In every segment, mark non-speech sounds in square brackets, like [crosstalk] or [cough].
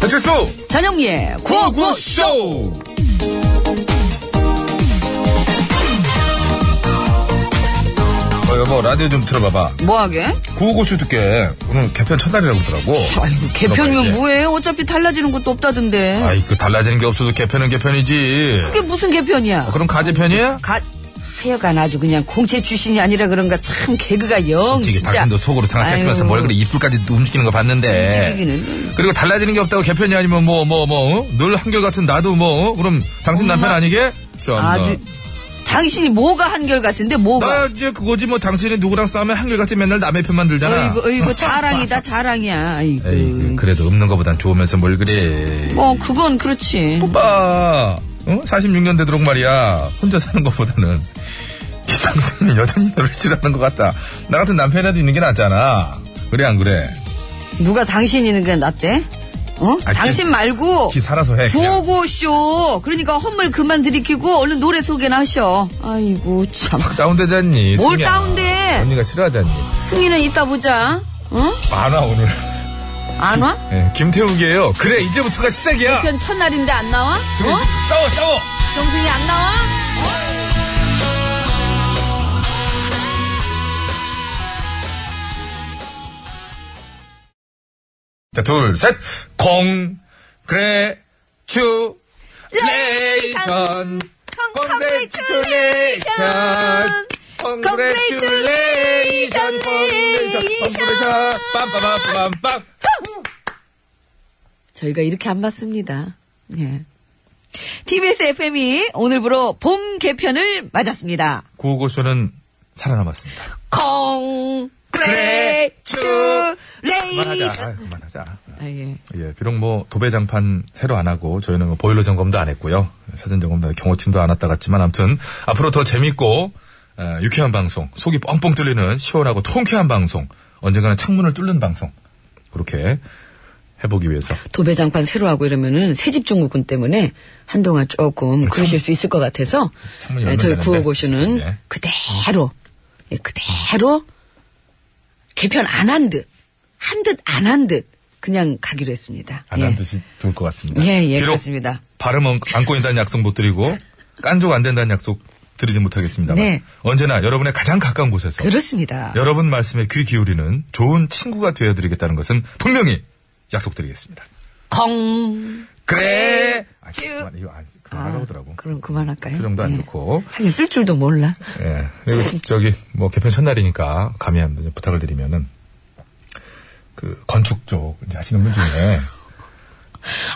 배칠수 전영미의 구호구 구구쇼 어 여보 라디오 좀 틀어봐봐 뭐하게? 구호고쇼 듣게 오늘 개편 첫날이라고 그러더라고 아이고, 들어봐, 개편이면 이제. 뭐해? 어차피 달라지는 것도 없다던데. 아이 그 달라지는 게 없어도 개편은 개편이지 그게 무슨 개편이야? 어, 그럼 가재편이야? 가, 하여간 아주 그냥 공채 출신이 아니라 그런가 참 개그가 영, 솔직히 어, 진짜. 당신도 속으로 생각했으면서 아유. 뭘 그래 입술까지 움직이는 거 봤는데 움직이기는. 그리고 달라지는 게 없다고 개편이 아니면 뭐 뭐 뭐 늘 한결같은 나도 뭐 어? 그럼 당신 엄마. 남편 아니게? 좀 아주, 당신이 뭐가 한결 같은데, 나 뭐가. 이제 그거지 뭐 당신이 누구랑 싸우면 한결같이 맨날 남의 편만 들잖아 어이구, [laughs] 어이구, 자랑이다, 자랑이야. 아이고. 에이, 그래도 없는 거보단 좋으면서 뭘 그래. 어, 그건 그렇지. 오빠, 응? 46년 되도록 말이야. 혼자 사는 것보다는. 기장선이 여전히 너를 싫어하는 것 같다. 나 같은 남편이라도 있는 게 낫잖아. 그래, 안 그래? 누가 당신이는 게 낫대? 어? 아, 당신 기- 말고. 기 살아서 해. 그냥. 구호구쇼. 그러니까 헛물 그만 들이키고 얼른 노래 소개나 하셔. 아이고 참. 다운되잖니. 뭘 승희야. 다운돼? 언니가 싫어하잖니. 승희는 이따 보자. 응? 많아, 오늘. 안 와? 예, 김태욱이에요. 그래, 이제부터가 시작이야. 편 첫날인데 안 나와? 그래, 어? 싸워, 싸워. 정승이 안 나와? 자, 둘, 셋. 공, 그래, 추, 레이션. Congratulations. Congratulations. Congratulations. 빰빰빰빰빰. 저희가 이렇게 안 맞습니다. 예. TBS FM이 오늘부로 봄 개편을 맞았습니다. 구호고쇼는 살아남았습니다. Congratulations. 그만하자. 아유, 그만하자. 아, 예. 예, 비록 뭐 도배장판 새로 안 하고 저희는 뭐 보일러 점검도 안 했고요. 사전 점검도 안- 경호팀도 안 왔다 갔지만 아무튼 앞으로 더 재밌고 어, 유쾌한 방송, 속이 뻥뻥 뚫리는 시원하고 통쾌한 방송, 언젠가는 창문을 뚫는 방송 그렇게 해보기 위해서 도배장판 새로 하고 이러면은 새집 증후군 때문에 한동안 조금 그러실 수 있을 것 같아서 그렇죠. 예, 창문이 열면 저희 되는데. 구호고쇼는 네. 그대로 예, 그대로 개편 안 한 듯, 한 듯 안 한 듯 그냥 가기로 했습니다. 안 한 듯이 좋을 것 같습니다. 예, 예, 비록 그렇습니다. 발음 안- 안 꼬인다는 약속 못 드리고 깐족 안 된다는 약속 드리지 못하겠습니다만 네. 그렇죠. 언제나 여러분의 가장 가까운 곳에서 그렇습니다. 여러분 말씀에 귀 기울이는 좋은 친구가 되어드리겠다는 것은 분명히 약속드리겠습니다. 콩. 그래. 아, 쭉. 아, 그만, 이거 안- 그만하라고 하더라고. 그럼 그만할까요? 표정도 안 예. 좋고. 하긴 쓸 줄도 몰라. 예. 그리고 [laughs] 저기 뭐 개편 첫날이니까 감히 한번 부탁을 드리면은 그 건축 쪽 이제 하시는 분 중에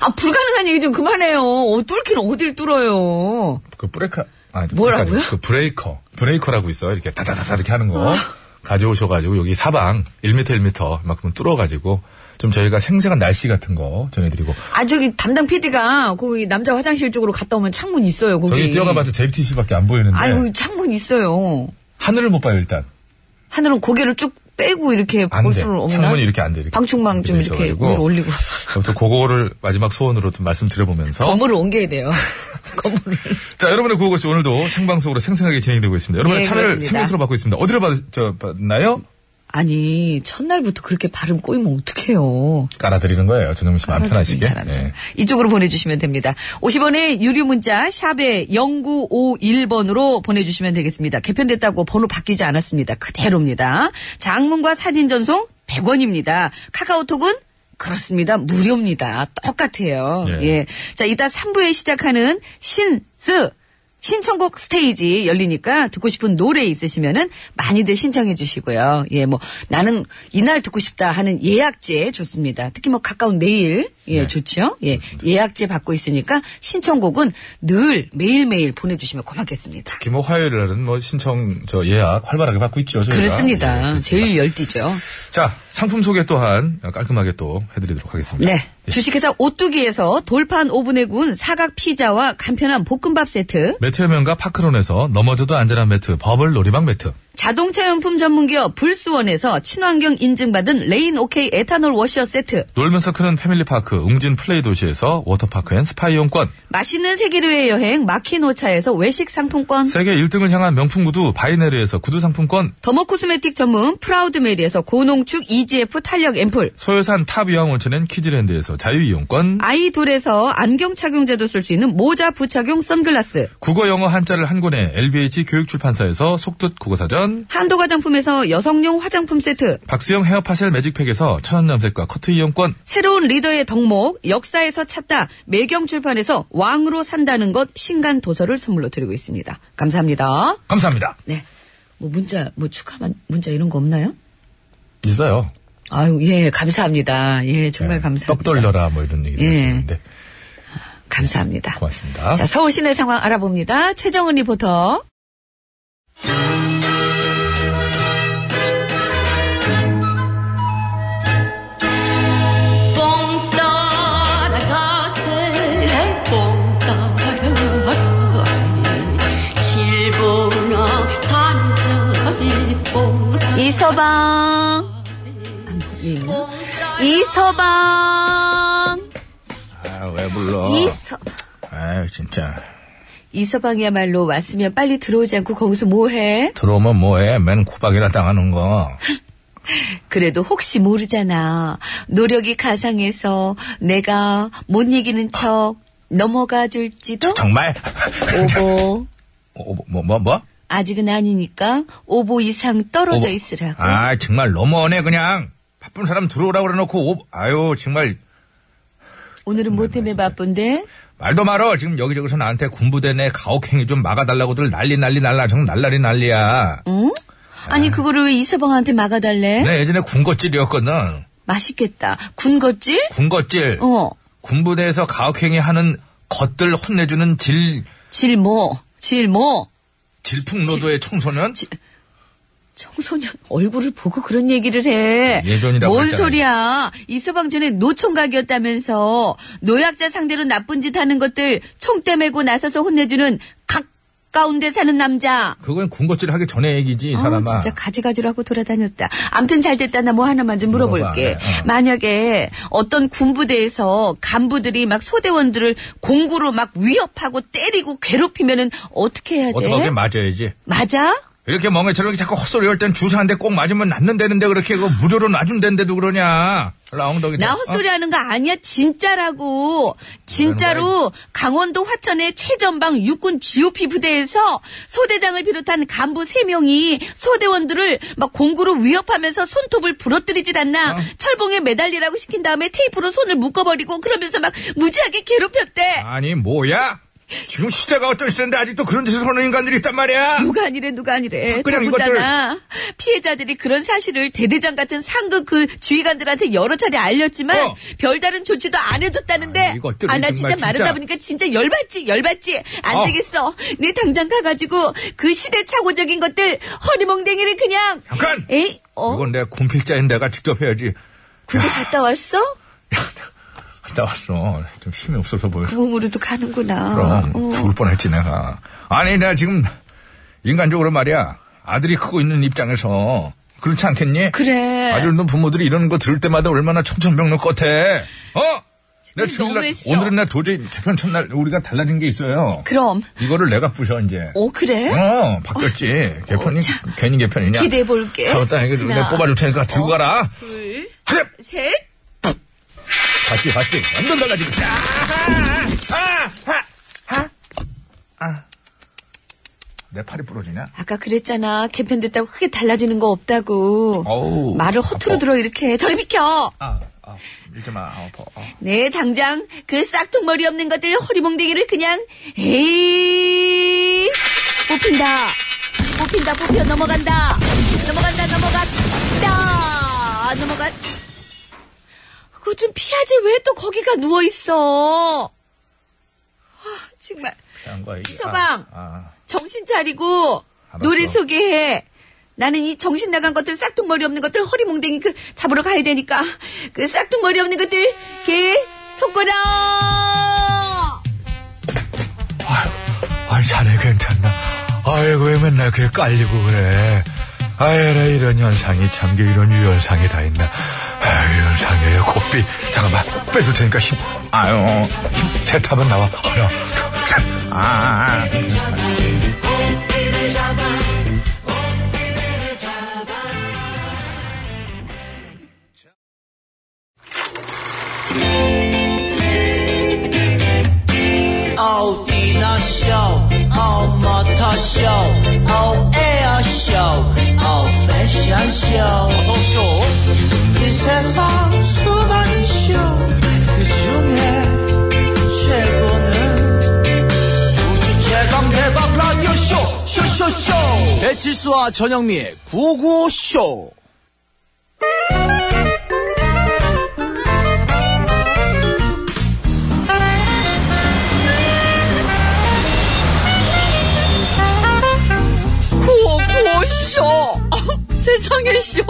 아 불가능한 얘기 좀 그만해요. 어, 뚫기는 어딜 뚫어요. 그 브레이크 아니 뭐라고요? 브레이크 아니고 그 브레이커 브레이커라고 있어 이렇게 다다다다 이렇게 하는 거 가져오셔가지고 여기 사방 1m 1m 이만큼 뚫어가지고 좀 저희가 생생한 날씨 같은 거 전해드리고 아 저기 담당 PD가 거기 남자 화장실 쪽으로 갔다 오면 창문 있어요. 거기. 저기 뛰어가봐도 JTBC밖에 안 보이는데 아이고 창문 있어요. 하늘을 못 봐요 일단 하늘은 고개를 쭉 빼고 이렇게 안 볼 돼. 수 없나? 창문이 이렇게 안 돼. 이렇게 방충망 좀 이렇게 돼 이렇게 있어가지고. 위로 올리고 아무튼 그거를 마지막 소원으로 좀 말씀드려보면서. 건물을 옮겨야 돼요. [laughs] 건물을. 자, 여러분의 구호고시 오늘도 생방송으로 생생하게 진행되고 있습니다. 여러분의 예, 참여를 그렇습니다. 생방송으로 받고 있습니다. 어디로 받, 저, 받나요? 아니 첫날부터 그렇게 발음 꼬이면 어떡해요. 깔아드리는 거예요. 저놈 씨마음 편하시게. 사람 좀. 예. 이쪽으로 보내주시면 됩니다. 50원의 유료 문자 샵에 0951번으로 보내주시면 되겠습니다. 개편됐다고 번호 바뀌지 않았습니다. 그대로입니다. 장문과 사진 전송 100원입니다. 카카오톡은 그렇습니다. 무료입니다. 똑같아요. 예. 예. [laughs] 자, 이따 3부에 시작하는 신스 신청곡 스테이지 열리니까 듣고 싶은 노래 있으시면은 많이들 신청해 주시고요. 예, 뭐 나는 이날 듣고 싶다 하는 예약제 좋습니다. 특히 뭐 가까운 내일 예, 네. 좋죠. 예, 예약제 받고 있으니까 신청곡은 늘 매일매일 보내 주시면 고맙겠습니다. 특히 뭐 화요일 날은 뭐 신청, 저 예약 활발하게 받고 있죠. 저희가. 그렇습니다. 예, 그렇습니다. 제일 열띠죠. 자, 상품 소개 또한 깔끔하게 또 해드리도록 하겠습니다. 네. 예. 주식회사 오뚜기에서 돌판 오븐에 구운 사각 피자와 간편한 볶음밥 세트, 매트 해면과 파크론에서 넘어져도 안전한 매트, 버블 놀이방 매트. 자동차 용품 전문기업 불수원에서 친환경 인증받은 레인 오케이 에탄올 워셔 세트. 놀면서 크는 패밀리파크 웅진 플레이 도시에서 워터파크 앤 스파 이용권 맛있는 세계로의 여행 마키노차에서 외식 상품권. 세계 1등을 향한 명품 구두 바이네르에서 구두 상품권 더머 코스메틱 전문 프라우드메리에서 고농축 EGF 탄력 앰플. 소요산 탑 유황 온천엔 키즈랜드에서 자유 이용권 아이 둘에서 안경 착용제도 쓸 수 있는 모자 부착용 선글라스. 국어 영어 한자를 한 권에 LBH 교육출판사에서 속뜻 국어사전 한도 화장품에서 여성용 화장품 세트. 박수영 헤어파셀 매직팩에서 천연염색과 커트 이용권 새로운 리더의 덕목 역사에서 찾다 매경출판에서 왕으로 산다는 것 신간 도서를 선물로 드리고 있습니다. 감사합니다. 감사합니다 네. 뭐 문자 뭐 축하 만- 문자 이런 거 없나요? 있어요 아유 예 감사합니다. 예 정말 예, 감사합니다. 떡 돌려라 뭐 이런 얘기도 예. 하시는데 감사합니다. 고맙습니다 자 서울 시내 상황 알아봅니다. 최정은 리포터. 뽕 따라가세 뽕 따라가세 칠보나 단전에 뽕 이서방. 예, 뽕 이서방. 아왜 불러 이서 아유 진짜 이서방이야말로 왔으면 빨리 들어오지 않고 거기서 뭐해? 들어오면 뭐해 맨 구박이나 당하는 거 그래도 혹시 모르잖아. 노력이 가상해서 내가 못 이기는 척 넘어가 줄지도 정말 오보. [laughs] 뭐뭐 뭐, 뭐? 아직은 아니니까 오보 이상 떨어져 오버. 있으라고. 아, 정말 넘어오네, 그냥. 바쁜 사람 들어오라고 그래놓고, 오- 아유, 정말, 오늘은 뭐 때문에 네, 바쁜데? 말도 말어. 지금 여기저기서 나한테 군부대 내 가혹행위 좀 막아달라고들 난리 난리 날라. 정말 날라리 난리야. 응? 아니 그거를 왜 이서방한테 막아달래? 내 네, 예전에 군것질이었거든. 맛있겠다. 군것질? 군것질. 어. 군부대에서 가혹행위 하는 것들 혼내주는 질, 질모. 뭐. 질모. 질풍노도의 청소년? 청소년 얼굴을 보고 그런 얘기를 해. 예전이라고 뭔 했잖아요. 소리야. 이서방 전에 노총각이었다면서 노약자 상대로 나쁜 짓 하는 것들 총대 메고 나서서 혼내주는 가까운 데 사는 남자. 그건 군것질 하기 전에 얘기지, 이 사람아. 아, 진짜 가지가지로 하고 돌아다녔다. 암튼 잘 됐다. 나 뭐 하나만 좀 물어볼게. 물어봐, 네, 어. 만약에 어떤 군부대에서 간부들이 막 소대원들을 공구로 막 위협하고 때리고 괴롭히면은 어떻게 해야 돼? 어떻게 하게 맞아야지. 맞아? 이렇게 멍해처럼 이렇게 자꾸 헛소리 할 땐 주사한데 꼭 맞으면 낫는다는데 그렇게 그 무료로 놔준다는데도 그러냐. 라 엉덩이. 나 다- 헛소리 하는 거 아니야. 진짜라고. 진짜로 강원도 화천의 최전방 육군 GOP 부대에서 소대장을 비롯한 간부 3명이 소대원들을 막 공구로 위협하면서 손톱을 부러뜨리질 않나. 어. 철봉에 매달리라고 시킨 다음에 테이프로 손을 묶어버리고 그러면서 막 무지하게 괴롭혔대. 아니 뭐야? 지금 시대가 어떤 시대인데 아직도 그런 짓을 하는 인간들이 있단 말이야. 누가 아니래 누가 아니래 그냥 더군다나 피해자들이 그런 사실을 대대장 같은 상급 그 주의관들한테 여러 차례 알렸지만 어. 별다른 조치도 안 해줬다는데 아, 이것들은 아 나 정말 진짜 말하다 진짜. 보니까 진짜 열받지 열받지 안 어. 되겠어 내 당장 가가지고 그 시대착오적인 것들 허리몽댕이를 그냥 잠깐. 에이 어 이건 내 군필자인 내가 직접 해야지. 군대 갔다 왔어 갔다 왔어. 좀 힘이 없어서 보여. 그 몸으로도 가는구나 그럼 어. 죽을 뻔했지 내가. 아니 내가 지금 인간적으로 말이야. 아들이 크고 있는 입장에서 그렇지 않겠니? 그래 네. 아들도 부모들이 이런 거 들을 때마다 얼마나 천천병력 같아. 어? 내가 지금 지금 나- 너무했어. 오늘은 나 도저히 개편 첫날 우리가 달라진 게 있어요. 그럼 이거를 내가 부셔 이제. 어 그래 어, 바뀌었지. 개편이, 어, 참. 괜히 개편이냐? 기대해 어? 볼게 잘못다 이거 내가 뽑아줄 테니까 들고 가라. 셋! 둘셋 봤지, 봤지. 완전 달라지고. 자, 아, 아, 아, 아. 내 팔이 부러지냐? 아까 그랬잖아. 개편됐다고 크게 달라지는 거 없다고. 어우, 말을 허투루 아파. 들어 이렇게. 저리 비켜. 아, 아, 이제 마, 아, 아파. 아. 네, 당장 그 싹퉁머리 없는 것들 허리몽댕이를 그냥 에이 뽑힌다. 뽑힌다. 뽑혀 넘어간다. 넘어간다. 넘어갔다. 넘어갔. 그거 좀 피하지 왜 또 거기가 누워 있어? 아, 정말 한 거야, 그 이게. 이서방. 아, 아. 정신 차리고 알았어. 노래 소개해. 나는 이 정신 나간 것들 싹퉁머리 없는 것들 허리몽댕이 그 잡으러 가야 되니까 그 싹퉁머리 없는 것들 개 손거라. 아유, 아니 자네 괜찮나? 아이고 왜 맨날 그게 깔리고 그래? 아이라 이런 현상이 참게 이런 유연상이 다 있나. 아유, 유연상이에요. 고삐. 잠깐만. 빼줄 테니까 힘. 아유. 힘. 세타면 나와. 하나, 둘, 셋. 아. 奥迪那秀，奥马特秀，奥 air 秀，奥 fashion 秀，어서 쇼. 이 세상 수많은 쇼, 그 중에 최고는 우주 최강 대박 라디오 쇼, 쇼쇼쇼. 배칠수와 전영미의 955 쇼. 구워 구워 쇼 [laughs] 세상에 쇼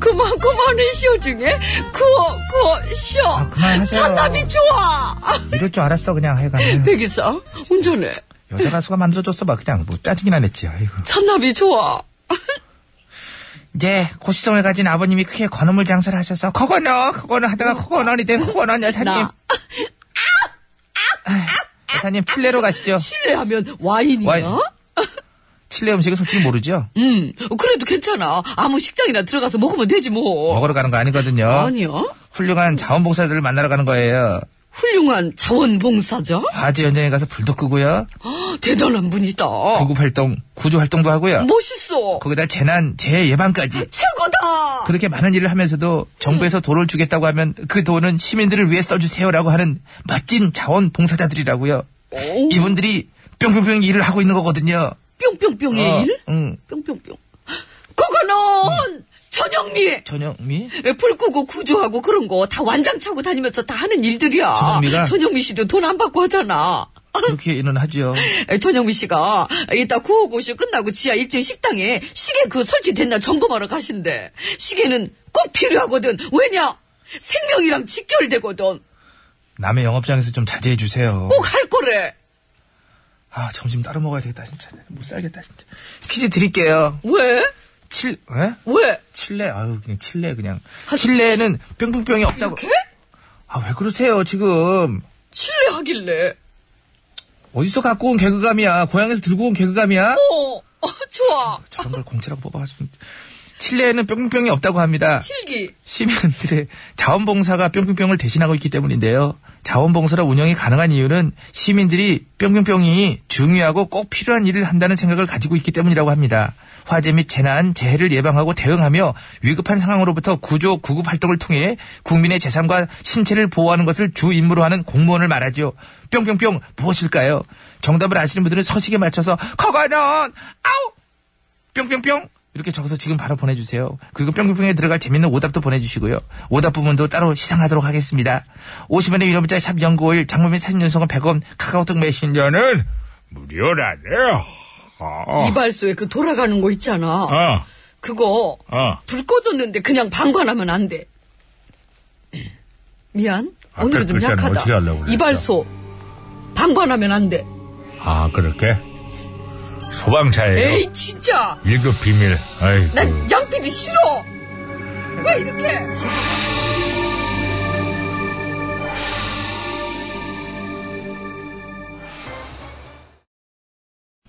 그만 그만의 쇼 중에 구워 구워 쇼 아, 그만하세요. 참담이 좋아 아, 이럴 줄 알았어 그냥 하여간 백이사 운전해 여자 가수가 만들어줬어 막 그냥 뭐 짜증이나 냈지 아이고 참담이 좋아 이제 고시성을 가진 아버님이 크게 건어물 장사를 하셔서 커거너 커거너 하다가 커거너니 된 커거너 여사님 나 아휴, 여사님 칠레로 가시죠 실례하면 와인이야 와인. 칠레 음식은 솔직히 모르죠 음 그래도 괜찮아 아무 식당이나 들어가서 먹으면 되지 뭐 먹으러 가는 거 아니거든요 아니야 훌륭한 자원봉사자들을 만나러 가는 거예요 훌륭한 자원봉사자 [gasps] 화재 현장에 가서 불도 끄고요 아, 대단한 분이다 구급활동 구조활동도 뭐. 하고요 멋있어 거기다 재난 재해 예방까지 최고다 그렇게 많은 일을 하면서도 정부에서 돈을 주겠다고 하면 그 돈은 시민들을 위해 써주세요라고 하는 멋진 자원봉사자들이라고요. 오. 이분들이 뿅뿅뿅 일을 하고 있는 거거든요. 뿅뿅뿅의 어, 일 응. 뿅뿅뿅. 그거는 전영미 예, 전영미? 불 끄고 구조하고 그런 거 다 완장 차고 다니면서 다 하는 일들이야. 전영미가? 전영미 씨도 돈 안 받고 하잖아. 그렇게 일은 하죠. 에, 전영미 씨가 이따 구호고쇼 끝나고 지하 1층 식당에 시계 그 설치됐나 점검하러 가신대. 시계는 꼭 필요하거든. 왜냐? 생명이랑 직결되거든. 남의 영업장에서 좀 자제해 주세요. 꼭 할 거래. 아 점심 따로 먹어야 되겠다 진짜. 못 살겠다 진짜. 퀴즈 드릴게요. 왜? 칠, 에? 왜? 칠레 아유 그냥 칠레 그냥. 칠레는 뿅뿅뿅이 없다고. 이렇게? 아 왜 그러세요 지금? 실례하길래. 어디서 갖고 온 개그감이야? 고향에서 들고 온 개그감이야? 어, 어, 좋아. 저런 걸 공짜라고 뽑아가지고. 칠레에는 뿅뿅뿅이 없다고 합니다. 실기. 시민들의 자원봉사가 뿅뿅뿅을 대신하고 있기 때문인데요. 자원봉사라 운영이 가능한 이유는 시민들이 뿅뿅뿅이 중요하고 꼭 필요한 일을 한다는 생각을 가지고 있기 때문이라고 합니다. 화재 및 재난, 재해를 예방하고 대응하며 위급한 상황으로부터 구조, 구급 활동을 통해 국민의 재산과 신체를 보호하는 것을 주 임무로 하는 공무원을 말하죠. 뿅뿅뿅 무엇일까요? 정답을 아시는 분들은 서식에 맞춰서 커가는 아우 뿅뿅뿅 이렇게 적어서 지금 바로 보내주세요. 그리고 뿅뿅뿅에 들어갈 재밌는 오답도 보내주시고요. 오답 부분도 따로 시상하도록 하겠습니다. 50원의 유료 문자 샵 연구일 장모민 사진 연속은 100원 카카오톡 메신저는 무료라네요. 이발소에 그 돌아가는 거 있잖아. 어, 그거 어. 불 꺼졌는데 그냥 방관하면 안 돼. 미안. 아, 오늘은 좀 그럴 때는 약하다. 어떻게 하려고 그랬어? 이발소 방관하면 안 돼. 아, 그렇게? 소방차예요. 에이 네. 진짜. 1급 비밀. 아이고. 난 양피디 싫어. 왜 이렇게?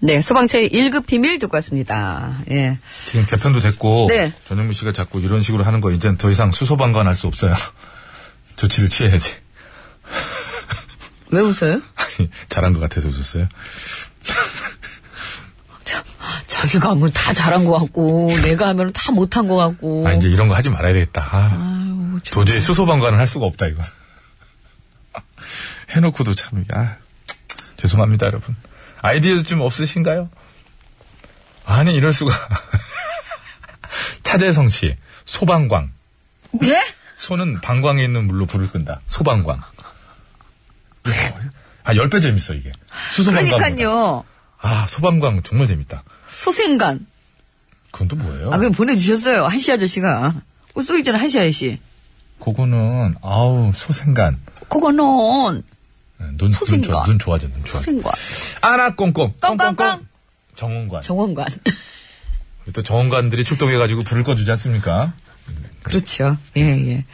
네, 소방차의 1급 비밀 듣고 왔습니다. 예. 지금 개편도 됐고 네. 전영미 씨가 자꾸 이런 식으로 하는 거 이제는 더 이상 수소방관할 [laughs] 수 없어요. 조치를 취해야지. 왜 웃어요? [laughs] 잘한 것 같아서 웃었어요. 자기가 하면 다 잘한 것 같고, 내가 하면 다 못한 것 같고. 아 이제 이런 거 하지 말아야 되겠다. 아, 아유, 저- 도저히 수소방관을 할 수가 없다 이거. [laughs] 해놓고도 참 아, 죄송합니다 여러분. 아이디어도 좀 없으신가요? 아니 이럴 수가. [laughs] 차재성 씨 소방광. 예? 소는 방광에 있는 물로 불을 끈다. 소방광. 아, 10배 재밌어, 이게. 수소방광. 그러니까요. 아, 소방광 정말 재밌다. 소생간. 그건 또 뭐예요? 아, 그 보내주셨어요. 한시 아저씨가. 어, 써 있잖아, 한시 아저씨. 그거는, 아우, 소생간. 그거는, 눈, 눈, 소생관. 좋아, 눈 좋아져, 눈 좋아. 소생관. 아나, 꽁꽁. 꽁꽁꽁. 정원관. 정원관. 또 정원관들이 출동해가지고 불을 꺼주지 않습니까? [laughs] 그렇죠. 예, 예.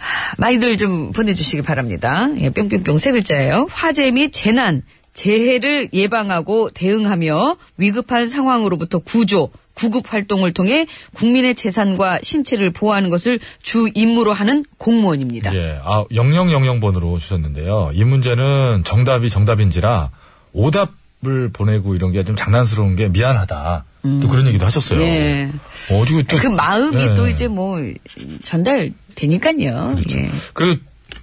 하, 많이들 좀 보내주시기 바랍니다. 예, 뿅뿅뿅 세 글자예요. 화재 및 재난, 재해를 예방하고 대응하며 위급한 상황으로부터 구조, 구급 활동을 통해 국민의 재산과 신체를 보호하는 것을 주 임무로 하는 공무원입니다. 예, 아, 0000번으로 주셨는데요. 이 문제는 정답이 정답인지라 오답을 보내고 이런 게 좀 장난스러운 게 미안하다. 또 그런 얘기도 하셨어요. 음. 예. 어, 지금 또. 그 마음이 예. 그렇죠. 또 이제 뭐 전달되니까요. 예. 그리고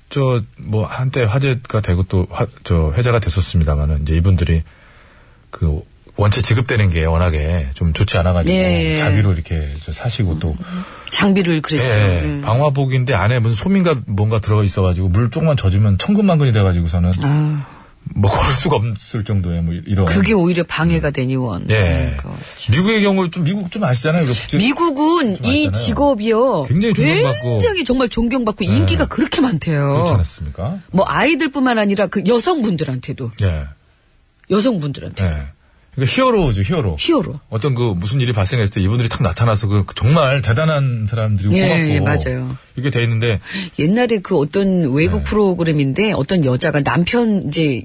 저 뭐 한때 화제가 되고 또 저 회자가 됐었습니다만은 이제 이분들이 그 원체 지급되는 게 워낙에 좀 좋지 않아가지고 예. 자비로 이렇게 저 사시고 또 장비를 그랬죠. 예, 음. 방화복인데 안에 무슨 소민가 뭔가 들어가 있어가지고 물 조금만 젖으면 천근만근이 돼가지고서는 아, 뭐 걸을 수가 없을 정도의 뭐 이런 그게 오히려 방해가 되니 원. 그렇죠. 예 아이고. 미국의 경우 좀 미국 좀 아시잖아요 이거 국제- 미국은 좀 이 아시잖아요. 직업이요. 그 굉장히 존경받고. 네. 굉장히 정말 존경받고 인기가 그렇게 그렇지 많대요. 않았습니까? 뭐 아이들뿐만 아니라 그 여성분들한테도 예, 여성분들한테 예. 그러니까 히어로죠 히어로. 히어로. 어떤 그 무슨 일이 발생했을 때 이분들이 탁 나타나서 그 정말 대단한 사람들이 예, 꼬았고 예, 맞아요. 이게 돼 있는데 옛날에 그 어떤 네. 외국 프로그램인데 어떤 여자가 남편 이제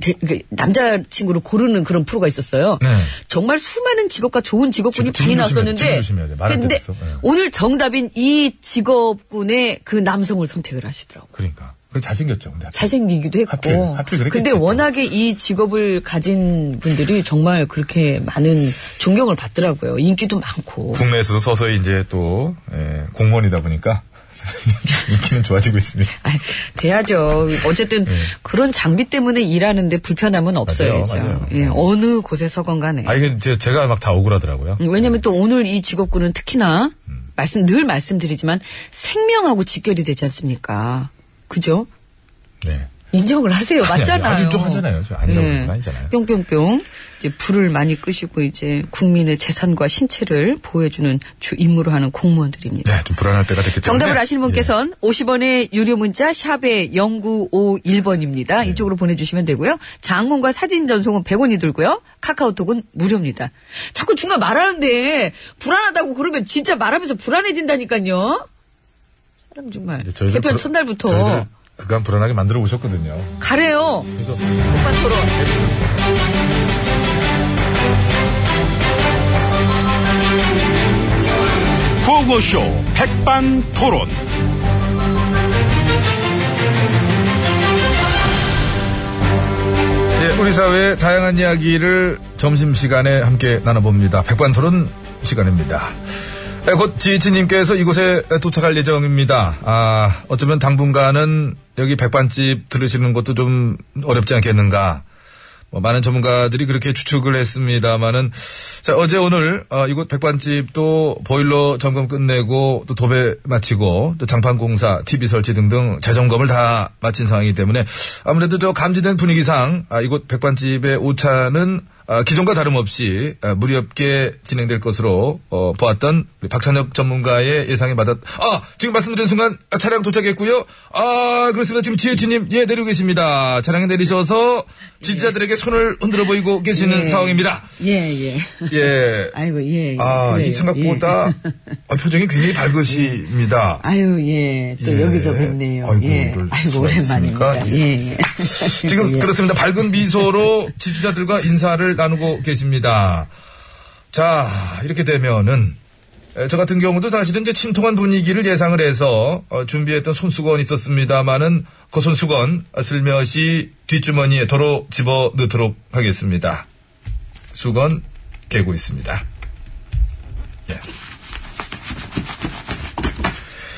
대- 그 남자친구를 고르는 그런 프로가 있었어요. 네. 정말 수많은 직업과 좋은 직업군이 지금 많이 조심해야 돼, 지금 나왔었는데 조심해야 돼. 말할 때 근데 됐어. 예. 오늘 정답인 이 직업군의 그 남성을 선택을 하시더라고요. 그러니까 그 잘생겼죠. 근데 잘생기기도 했고. 하필, 하필 그랬겠지, 근데 또. 워낙에 이 직업을 가진 분들이 정말 그렇게 많은 존경을 받더라고요. 인기도 많고. 국내에서도 서서히 이제 또 예, 공무원이다 보니까 [laughs] 인기는 좋아지고 있습니다. 아, 돼야죠. 어쨌든 그런 장비 때문에 일하는데 불편함은 없어야죠. 네. 맞아요. 예, 어느 곳에서건 간에. 아 이게 제- 제가 막 다 억울하더라고요. 왜냐면 또 오늘 이 직업군은 특히나 음. 말씀 늘 말씀드리지만 생명하고 직결이 되지 않습니까? 그죠? 네. 인정을 하세요. 맞잖아요. 네. 아니, 좀 하잖아요. 저안 나오는 건 아니잖아요. 뿅뿅뿅. 이제 불을 많이 끄시고 이제 국민의 재산과 신체를 보호해주는 주 임무로 하는 공무원들입니다. 네, 예. 좀 불안할 때가 됐기 때문에 정답을 아시는 분께선 50원의 유료 문자 샵에 네. 0951번입니다. 이쪽으로 보내주시면 되고요. 장문과 사진 전송은 100원이 들고요. 카카오톡은 무료입니다. 자꾸 중간 말하는데 불안하다고 그러면 진짜 말하면서 불안해진다니까요. 사람 정말 예. 이제 저희들 개편 불- 첫날부터 저희들 그간 불안하게 만들어 오셨거든요. 가래요. 그래서 오빠처럼. 구호쇼 백반 토론. 예, 우리 사회의 다양한 이야기를 점심시간에 함께 나눠봅니다. 백반토론 시간입니다. 예, 곧 지혜진님께서 이곳에 도착할 예정입니다. 아, 어쩌면 당분간은 여기 백반집 들으시는 것도 좀 어렵지 않겠는가. 뭐 많은 전문가들이 그렇게 추측을 했습니다만은 자 어제 오늘 어, 이곳 백반집도 보일러 점검 끝내고 또 도배 마치고 또 장판 공사, TV 설치 등등 재점검을 다 마친 상황이기 때문에 아무래도 저 감지된 분위기상 아, 이곳 백반집의 오차는 아, 기존과 다름없이 아, 무리없게 진행될 것으로 어, 보았던 우리 박찬혁 전문가의 예상에 맞았. 아 지금 말씀드린 순간 아, 차량 도착했고요. 아 그렇습니다. 지금 지혜진님 예 내리고 계십니다. 차량에 내리셔서 지지자들에게 손을 흔들어 보이고 계시는 예. 상황입니다. 예, 예. [laughs] 예. 아이고, 예. 예. 아, 그래요. 이 생각보다 예. 어, 표정이 굉장히 밝으십니다. 아유, 예. 또 예. 여기서 뵙네요. 아이고, 예. 이럴 아이고, 수가 있습니까? 오랜만입니다. 예, 예. [laughs] 지금 예. 그렇습니다. 밝은 미소로 지지자들과 인사를 나누고 계십니다. 자, 이렇게 되면은 에, 저 같은 경우도 사실은 이제 침통한 분위기를 예상을 해서 어, 준비했던 손수건이 있었습니다만은 그 손수건 슬며시 뒷주머니에 도로 집어 넣도록 하겠습니다. 수건 개고 있습니다.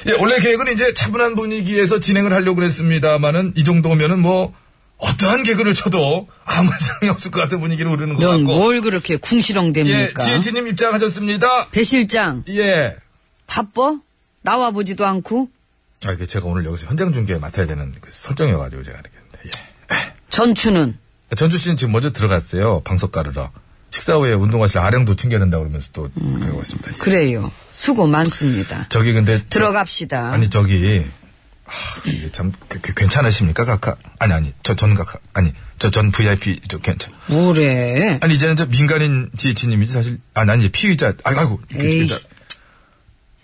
예, 원래 계획은 이제 차분한 분위기에서 진행을 하려고 했습니다만은 이 정도면은 뭐 어떠한 개그를 쳐도 아무 상이 없을 것 같은 분위기를 우르는 것 넌뭐 같고. 뭘 그렇게 예, 궁시렁댑니까? 지혜진님 입장하셨습니다. 배 실장 예. 바빠? 나와보지도 않고 아, 이게 제가 오늘 여기서 현장 중계 맡아야 되는 그 설정이어가지고 제가 이렇게. 했는데, 예. 아, 전추는 전주 씨는 지금 먼저 들어갔어요. 방석 가르러. 식사 후에 운동하실 아령도 챙겨야 된다고 그러면서 또 음. 들어갔습니다. 예. 그래요 수고 많습니다 저기 근데. 들어갑시다 아니, 저기. 이게 참 그- 그 괜찮으십니까 각하? 아니 아니 저 전 각하 아니 저 전 VIP 저 괜찮. 뭐래? 아니 이제는 저 민간인 지지님이지 사실 아 난 이제 피의자 아이- 아이고 에이.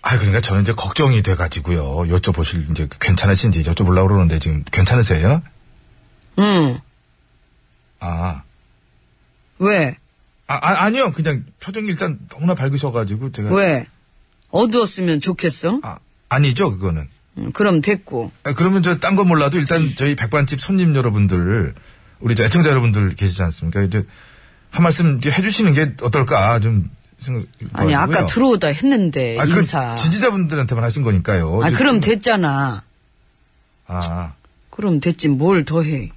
아 그러니까 저는 이제 걱정이 돼가지고요 여쭤보실 이제 그 괜찮으신지 여쭤보려고 그러는데 지금 괜찮으세요? 응. 아, 왜? 아, 아 아니요 그냥 표정이 일단 너무나 밝으셔가지고 제가 왜? 어두웠으면 좋겠어? 네. 아 아니죠 그거는 음, 그럼 됐고. 아, 그러면 저 딴 건 몰라도 네. 일단 저희 백반집 손님 여러분들 우리 저 애청자 여러분들 계시지 않습니까? 이제 한 말씀 이제 해주시는 게 어떨까 좀 생각. 아니, 아까 들어오다 했는데, 아, 그 인사. 지지자분들한테만 하신 거니까요. 아, 이제- 그럼 됐잖아. 아 그럼 됐지, 뭘 더 해.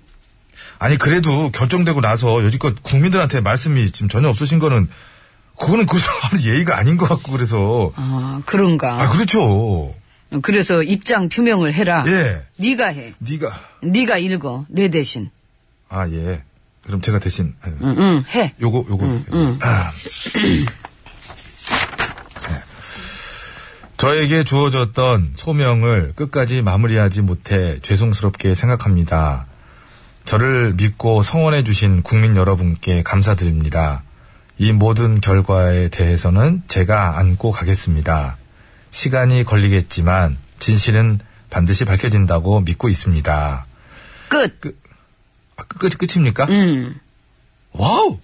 아니 그래도 결정되고 나서 여지껏 국민들한테 말씀이 지금 전혀 없으신 거는 그거는 그래서 [laughs] 예의가 아닌 것 같고 그래서 아, 그런가. 아 그렇죠. 그래서 입장 표명을 해라. 예. 네가 해. 네가 네가 읽어. 내 대신. 아 예. 그럼 제가 대신 아니, 응, 응, 해. 요거 요거 아. 네. 저에게 주어졌던 소명을 끝까지 마무리하지 못해 죄송스럽게 생각합니다. 저를 믿고 성원해 주신 국민 여러분께 감사드립니다. 이 모든 결과에 대해서는 제가 안고 가겠습니다. 시간이 걸리겠지만 진실은 반드시 밝혀진다고 믿고 있습니다. 끝. 아, 끝까지 끝입니까? 응. 와우!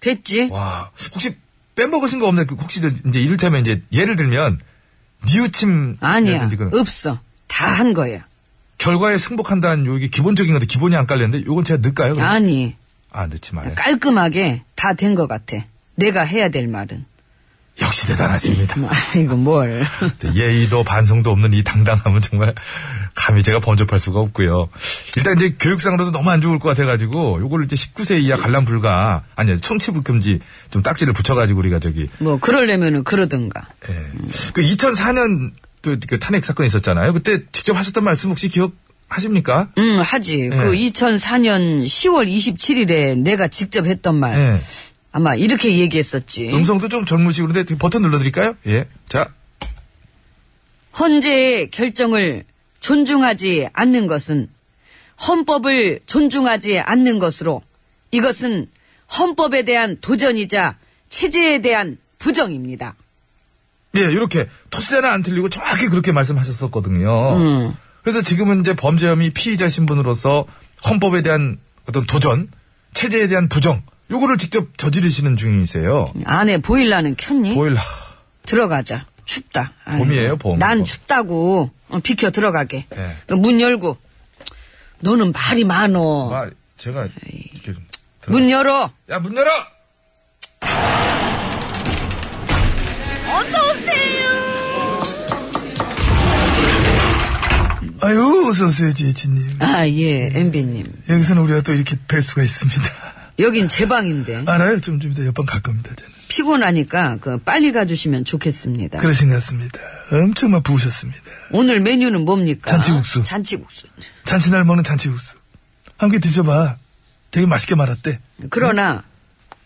됐지? 와, 혹시 빼먹으신 거 없나요? 그 혹시 저 이제 이를테면 이제 예를 들면 니우침 아니야. 라든지 네, 그런 없어. 다 한 거야. 결과에 승복한다는 요게 기본적인 건데 기본이 안 깔렸는데 요건 제가 넣을까요? 그럼? 아니. 아, 넣지 마요. 깔끔하게 다 된 것 같아. 내가 해야 될 말은. 뭐, 역시 대단하십니다. [laughs] 아이고, 뭘. 예의도 반성도 없는 이 당당함은 정말 감히 제가 번접할 수가 없고요. 일단 이제 교육상으로도 너무 안 좋을 것 같아가지고 요거를 이제 19세 예. 이하 관람 불가 아니요 청취불 금지 좀 딱지를 붙여가지고 우리가 저기 뭐, 그러려면은 그러든가. 예. 그 2004년 또그 탄핵 사건 있었잖아요. 그때 직접 하셨던 말씀 혹시 기억하십니까? 응, 하지. 그 네. 2004년 10월 27일에 내가 직접 했던 말. 예. 아마 이렇게 얘기했었지. 음성도 좀 젊으시고 그런데 되게 버튼 눌러드릴까요? 예. 자, 헌재의 결정을 존중하지 않는 것은 헌법을 존중하지 않는 것으로 이것은 헌법에 대한 도전이자 체제에 대한 부정입니다. 예, 이렇게 토세나 안 틀리고 정확히 그렇게 말씀하셨었거든요. 음. 그래서 지금은 이제 범죄 혐의 피의자 신분으로서 헌법에 대한 어떤 도전, 체제에 대한 부정, 요거를 직접 저지르시는 중이세요. 안에 보일라는 켰니? 보일라. 들어가자. 춥다. 아이고. 봄이에요, 봄. 난 봄. 춥다고 어, 비켜 들어가게. 예. 문 열고. 너는 말이 많어. 말, 아, 제가 이렇게 좀 들어- 문 열어. 야, 문 열어! 아유, 어서오세요, 지혜진님. 아, 예, 엠비님. 여기서는 우리가 또 이렇게 뵐 수가 있습니다. [laughs] 여긴 제 방인데. 알아요? 좀, 좀 이따 옆방 갈 겁니다, 저는. 피곤하니까 그 빨리 가주시면 좋겠습니다. 그러신 것 같습니다. 엄청 막 부으셨습니다. 오늘 메뉴는 뭡니까? 잔치국수. 잔치국수. 잔치날 먹는 잔치국수. 함께 드셔봐. 되게 맛있게 말았대. 그러나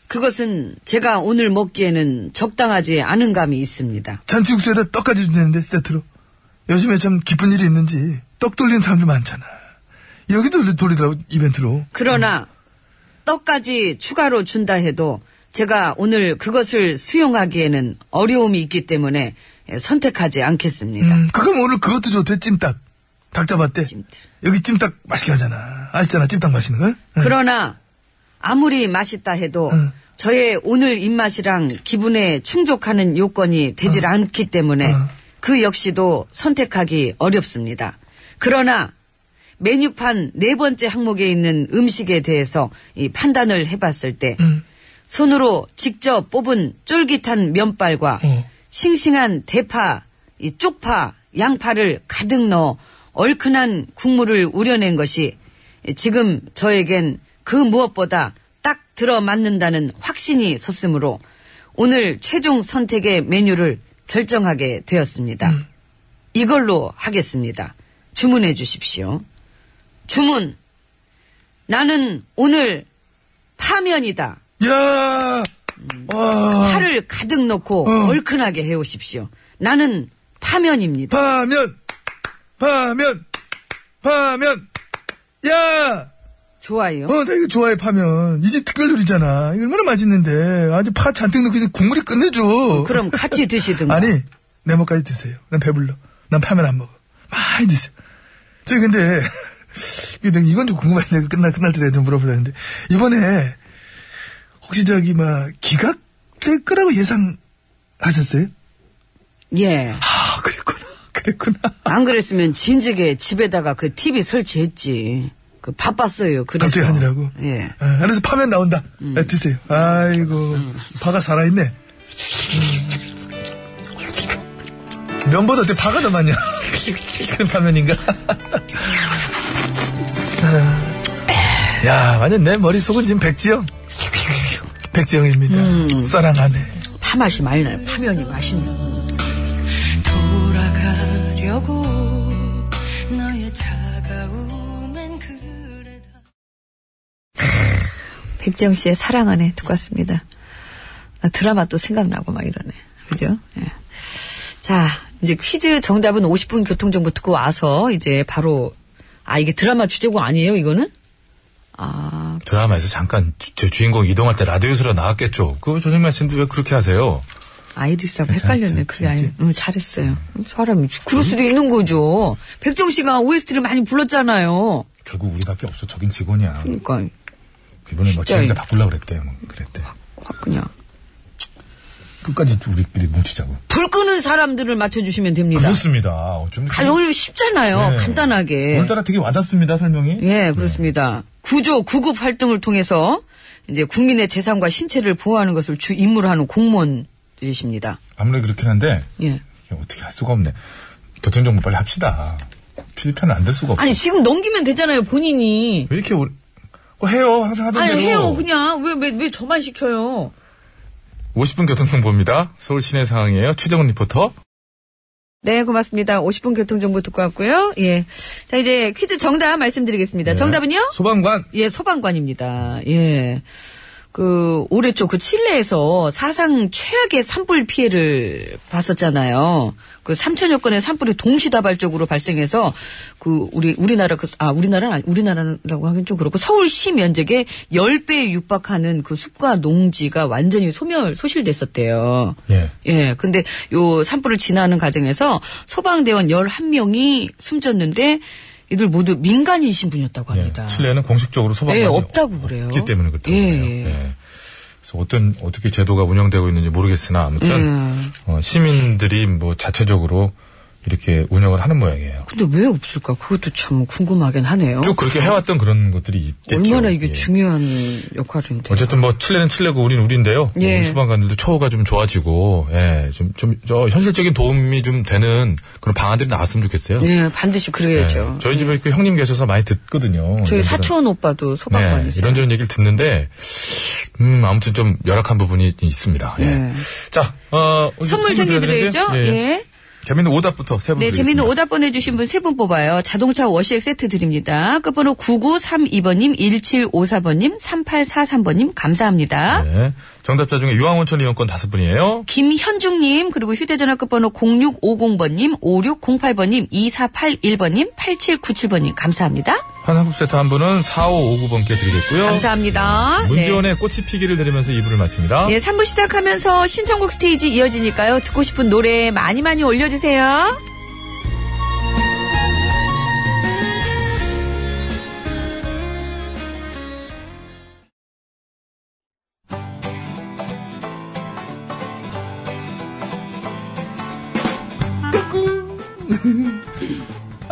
그것은 제가 오늘 먹기에는 적당하지 않은 감이 있습니다. 잔치국수에다 떡까지 준다는데, 세트로. 요즘에 참 기쁜 일이 있는지 떡 돌리는 사람들 많잖아. 여기도 돌리- 돌리더라고, 이벤트로. 그러나 떡까지 추가로 준다 해도 제가 오늘 그것을 수용하기에는 어려움이 있기 때문에 선택하지 않겠습니다. 음, 그럼 오늘 그것도 좋대, 찜닭. 닭 잡았대. 찜닭. 여기 찜닭 맛있게 하잖아. 아시잖아, 찜닭 맛있는 거? 응. 그러나 아무리 맛있다 해도 응. 저의 오늘 입맛이랑 기분에 충족하는 요건이 되질 않기 때문에 그 역시도 선택하기 어렵습니다. 그러나 메뉴판 네 번째 항목에 있는 음식에 대해서 이 판단을 해봤을 때 손으로 직접 뽑은 쫄깃한 면발과 싱싱한 대파, 이 쪽파, 양파를 가득 넣어 얼큰한 국물을 우려낸 것이 지금 저에겐 그 무엇보다 딱 들어맞는다는 확신이 섰으므로 오늘 최종 선택의 메뉴를 결정하게 되었습니다. 이걸로 하겠습니다. 주문해 주십시오. 주문. 나는 오늘 파면이다. 야! 와! 파를 가득 넣고 어. 얼큰하게 해오십시오. 나는 파면입니다. 파면! 파면! 파면 야! 좋아요. 어, 나 이거 좋아해, 파면. 이 집 특별 요리잖아. 이거 얼마나 맛있는데. 아주 파 잔뜩 넣고 이제 국물이 끝내줘. 그럼 같이 드시든가. 아니, 내뭐 목까지 드세요. 난 배불러. 난 파면 안 먹어. 많이 드세요. 저희 근데, [laughs] 이게 내가 이건 좀 궁금한데, 끝날, 끝날 때 내가 좀 물어보려 했는데, 이번에, 혹시 저기, 막, 기각될 거라고 예상하셨어요? 예. 아, 그랬구나. [laughs] 그랬구나. 안 그랬으면 진즉에 집에다가 그 TV 설치했지. 그 바빴어요. 그래서. 갑자기 하느라고. 예. 아, 그래서 파면 나온다. 아, 드세요. 아이고, 파가 살아있네. 음. 면보다 어때? 파가 더 많냐? [laughs] 그 파면인가? [laughs] 아. 야, 완전 내 머릿속은 지금 백지영. 백지영입니다. 사랑하네. 파 맛이 많이 나요. 파면이 맛있네. 돌아가려고 너의 차가움은 그래도 백지영 씨의 사랑 안에 듣고 왔습니다. 아, 드라마 또 생각나고 막 이러네. 그죠? 예. 자, 이제 퀴즈 정답은 50분 교통정보 듣고 와서 이제 바로, 아, 이게 드라마 주제곡 아니에요, 이거는? 아, 드라마에서 잠깐 주- 제 주인공 이동할 때 라디오에서 나왔겠죠. 그 전현만 씨는 왜 그렇게 하세요? 아이리스하고 헷갈렸네. 그게 아니, 음, 잘했어요. 사람이, 그럴 수도 있는 거죠. 백정 씨가 OST를 많이 불렀잖아요. 결국 우리밖에 없어. 저긴 직원이야. 그러니까, 이번에 진짜 막 진행자 이- 바꾸려고 그랬대. 뭐 그랬대. 확 그냥. 끝까지 우리끼리 뭉치자고. 불 끄는 사람들을 맞춰주시면 됩니다. 그렇습니다. 어쩜 이렇게- 가령 쉽잖아요. 네. 간단하게. 오늘따라 되게 와닿습니다. 설명이. 예, 그렇습니다. 구조, 구급 활동을 통해서 이제 국민의 재산과 신체를 보호하는 것을 주 임무로 하는 공무원들이십니다. 아무래도 그렇긴 한데 예. 이게 어떻게 할 수가 없네. 교통정보 빨리 합시다. 필리핀은 안 될 수가 없어. 아니, 지금 넘기면 되잖아요, 본인이. 왜 이렇게 오래... 그거 해요. 항상 하던 아니, 대로. 해요, 그냥. 왜, 왜, 왜 저만 시켜요? 50분 교통정보입니다. 서울 시내 상황이에요. 최정은 리포터. 네, 고맙습니다. 50분 교통정보 듣고 왔고요. 예. 자, 이제 퀴즈 정답 말씀드리겠습니다. 정답은요? 네. 소방관. 예, 소방관입니다. 예. 그, 올해 초 그 칠레에서 사상 최악의 산불 피해를 봤었잖아요. 그 3천여 건의 산불이 동시다발적으로 발생해서 그, 우리, 우리나라 그, 아, 우리나라는, 아니- 우리나라라고 하긴 좀 그렇고 서울시 면적의 10배에 육박하는 그 숲과 농지가 완전히 소멸, 소실됐었대요. 예. 예, 근데 요 산불을 진화하는 과정에서 소방대원 11명이 숨졌는데 이들 모두 민간인신 분이었다고 예. 합니다. 칠레는 공식적으로 소방관이 예, 없다고 그래요. 없기 때문에 그렇다고 예. 그래요. 예. 그래서 어떤 어떻게 제도가 운영되고 있는지 모르겠으나 아무튼 음. 어, 시민들이 뭐 자체적으로 이렇게 운영을 하는 모양이에요. 근데 왜 없을까? 그것도 참 궁금하긴 하네요. 쭉 그렇게 해왔던 그런 것들이 있겠죠. 얼마나 이게 예. 중요한 역할인데. 어쨌든 뭐 칠레는 칠레고 우린 우리인데요. 예. 우리 소방관들도 처우가 좀 좋아지고 예, 좀좀저 현실적인 도움이 좀 되는 그런 방안들이 나왔으면 좋겠어요. 네, 반드시 그래야죠. 예, 저희 집에 그 형님 계셔서 많이 듣거든요. 그렇죠. 저희 이런저런- 사촌 오빠도 네, 소방관이세요. 이런저런 얘기를 듣는데 음, 아무튼 좀 열악한 부분이 있습니다. 예. 예. 자, 어, 오늘 선물 드려야 챙겨드려야죠. 되는데, 예. 재밌는 오답부터 세분 네, 드리겠습니다. 재미있는 오답 보내주신 분 세 분 뽑아요. 자동차 워시액 세트 드립니다. 끝번호 9932번님, 1754번님, 3843번님, 감사합니다. 네. 정답자 중에 유황온천 이용권 다섯 분이에요. 김현중님, 그리고 휴대전화 끝번호 0650번님, 5608번님, 2481번님, 8797번님, 감사합니다. 환합급 세트 한 분은 4559번께 드리겠고요. 감사합니다. 문지원의 꽃이 피기를 들으면서 2부를 마칩니다. 네. 예, 3부 시작하면서 신청곡 스테이지 이어지니까요. 듣고 싶은 노래 많이 많이 올려주세요.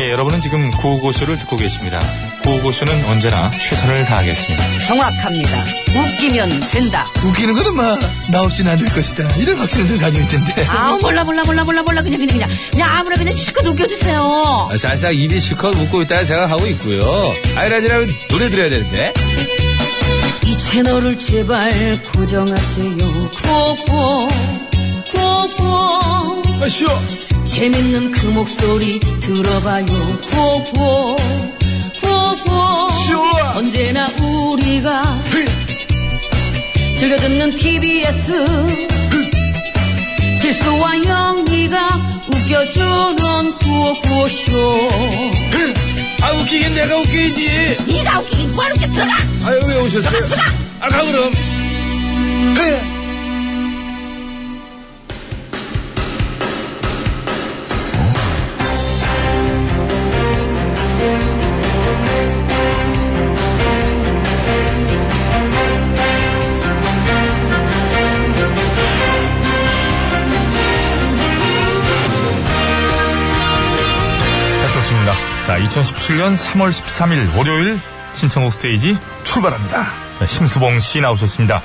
예, 여러분은 지금 구호고쇼를 듣고 계십니다. 구호고쇼는 언제나 최선을 다하겠습니다. 정확합니다. 웃기면 된다. 웃기는 건 엄마 나 없이는 안 될 것이다 이런 확신을 늘 가지고 있던데 아 몰라 몰라 몰라 몰라 몰라 그냥 그냥 그냥 그냥 아무나 그냥 실컷 웃겨주세요. 사실상 입이 실컷 웃고 있다는 생각하고 있고요 아이라지라면 노래 들어야 되는데 이 채널을 제발 고정하세요. 구호구호 구호구호 아 쉬워 재밌는 그 목소리 들어봐요. 구호구호 구호구호 쉬워 언제나 우리가 즐겨 듣는 TBS 실수와 영리가 웃겨주는 구호구호쇼 아 웃기긴 내가 웃기지 네가 웃기긴 뭘 이렇게 들어가 아유 왜 오셨어요 아 가그럼 자, 좋습니다. 자, 2017년 3월 13일 월요일 신청곡 스테이지 출발합니다. 자, 심수봉 씨 나오셨습니다.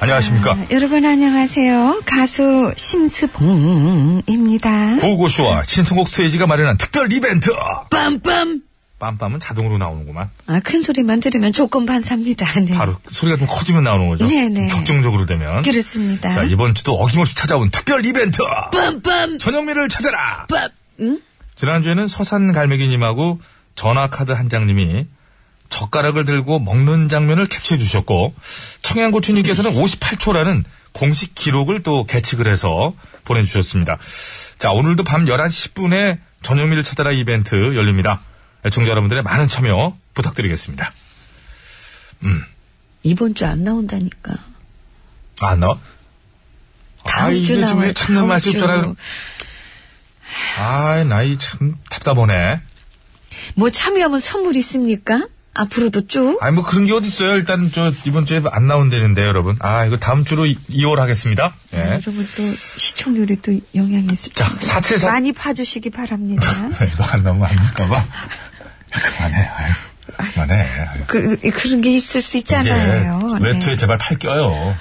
안녕하십니까. 여러분 안녕하세요. 가수 심스봉입니다. 구호고쇼와 신청곡 스테이지가 마련한 특별 이벤트! 빰빰. 빰빰은 자동으로 나오는구만. 아, 큰 소리만 들으면 조건 반사입니다. [laughs] 네. 바로 소리가 좀 커지면 나오는 거죠. 네네. 격정적으로 되면. 그렇습니다. 자, 이번 주도 어김없이 찾아온 특별 이벤트! 빰빰. 전영미를 찾아라! 빰. 응? 지난주에는 서산 갈매기님하고 전화카드 한 장님이 젓가락을 들고 먹는 장면을 캡처해 주셨고 청양고추님께서는 58초라는 공식 기록을 또 개측을 해서 보내주셨습니다. 자 오늘도 밤 11시 10분에 전영미를 찾아라 이벤트 열립니다. 애청자 여러분들의 많은 참여 부탁드리겠습니다. 이번 주 안 나온다니까. 아 나? 다음 주 이게 좀왜 나와요, 참는 다음 맛이 주. 없잖아. 아 나이 참 답답하네. 뭐 참여하면 선물 있습니까? 앞으로도 쭉. 아니 뭐 그런 게 어디 있어요? 일단 저 이번 주에 안 나온다는데 여러분. 아 이거 다음 주로 이- 이월하겠습니다. 예. 여러분 또 시청률이 또 영향이 있을 자, 텐데. 474. 많이 봐주시기 바랍니다. [laughs] 이거 안 나오면 안 될까봐. 그만해. 아유, 그만해. 아유. 그, 그런 게 있을 수 있잖아요. 네. 이제 외투에 제발 팔 껴요.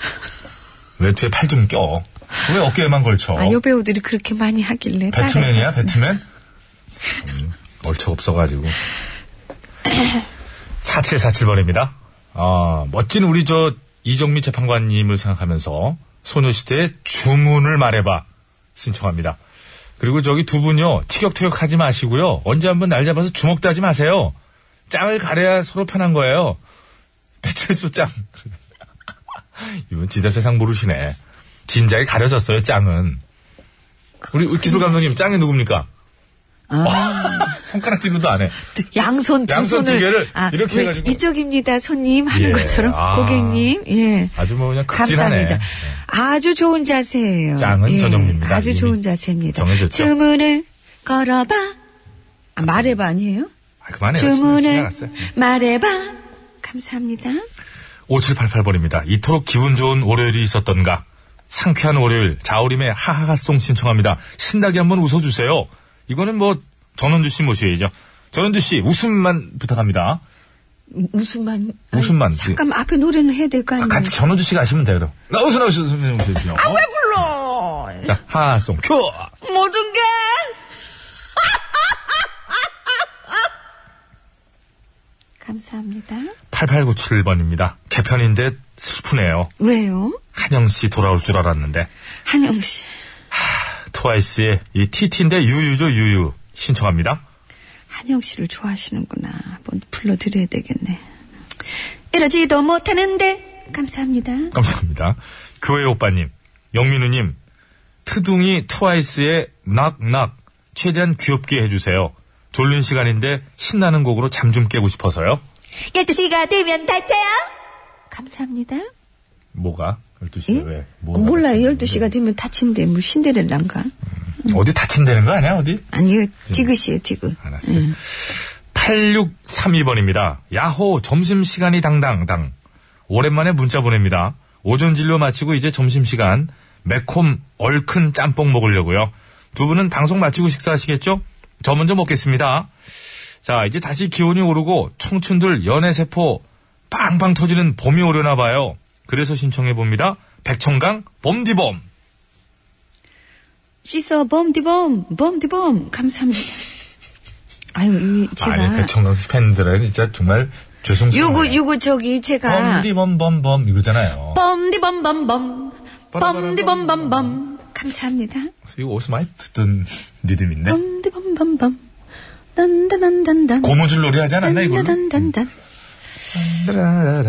외투에 팔 좀 껴. 왜 어깨에만 걸쳐? 아, 여배우들이 그렇게 많이 하길래. 배트맨이야 네, 따라해봤어요. [laughs] 배트맨? 음, 얼척 없어가지고. 4747번입니다. 아, 멋진 우리 저 이정미 재판관님을 생각하면서 소녀시대의 주문을 말해봐 신청합니다. 그리고 저기 두 분요 티격태격 하지 마시고요 언제 한번 날 잡아서 주먹 다지 마세요. 짱을 가려야 서로 편한 거예요. 배칠수 짱. [laughs] 이분 진짜 세상 모르시네. 진작에 가려졌어요 짱은. 우리 기술 감독님 짱이 누굽니까? 아. [laughs] 손가락질로도 안 해. 양손 두 양손 두 손을 개를 아, 이렇게 왜 해가지고. 이쪽입니다, 손님. 하는 예, 것처럼. 아. 고객님. 예. 아주 뭐 그냥 극진하네. 감사합니다. 아주 좋은 자세예요. 짱은 전영미입니다. 아주 이미 좋은 자세입니다. 정해졌죠. 주문을 걸어봐. 아, 말해봐 아니에요? 아, 그만해요. 주문을 지나갔어요. 네. 말해봐. 감사합니다. 5788번입니다. 이토록 기분 좋은 월요일이 있었던가. 상쾌한 월요일, 자우림의 하하하송 신청합니다. 신나게 한번 웃어주세요. 이거는 뭐, 전원주 씨 모셔야죠. 전원주 씨, 웃음만 부탁합니다. 무슨만 웃음만. 잠깐 앞에 노래는 해야 될 거 아, 아니에요? 같이 전원주 씨가 하시면 돼요, 그럼. 나오세요, 나오세요, 선생님 오세요. 아, 왜 불러! 자, 하하송, 큐! 모든 게 감사합니다. 8897번입니다. 개편인데 슬프네요. 왜요? 한영 씨 돌아올 줄 알았는데. 한영 씨. 트와이스의 이 TT인데 유유죠, 유유. 신청합니다. 한영 씨를 좋아하시는구나. 한번 불러드려야 되겠네. 이러지도 못하는데 감사합니다. 감사합니다. 교회 오빠님, 영민우님, 트둥이 트와이스의 낙낙 최대한 귀엽게 해주세요. 졸린 시간인데 신나는 곡으로 잠 좀 깨고 싶어서요. 12시가 되면 달차요. 감사합니다. 어, 뭐가? 12시에 왜? 뭐 몰라요. 12시가 되면 다친데 뭐 신데렐라인가? 어디 다친다는 거 아니야? 어디? 아니요. 디귿이에요, 디귿. 알았어요. 8632번입니다. 야호, 점심시간이 당당당. 오랜만에 문자 보냅니다. 오전 진료 마치고 이제 점심시간. 매콤, 얼큰 짬뽕 먹으려고요. 두 분은 방송 마치고 식사하시겠죠? 저 먼저 먹겠습니다. 자, 이제 다시 기온이 오르고 청춘들 연애세포 빵빵 터지는 봄이 오려나 봐요. 그래서 신청해봅니다. 백청강 봄디봄. 씻어 범디범 범디범 감사합니다. 아유 이 제가 아니, 예, 백청강 팬들은 진짜 정말 죄송스러워요. 요거 요거 저기 그러니까. 제가 봄디봄봄봄 이거잖아요. 범디범범범 범디범범범 감사합니다. 그래서 이거 어디서 많이 듣던 리듬인데. 범디범범범. 단단단단단. 고무줄 놀이 하지 않았나, 이걸로? 단단단단단.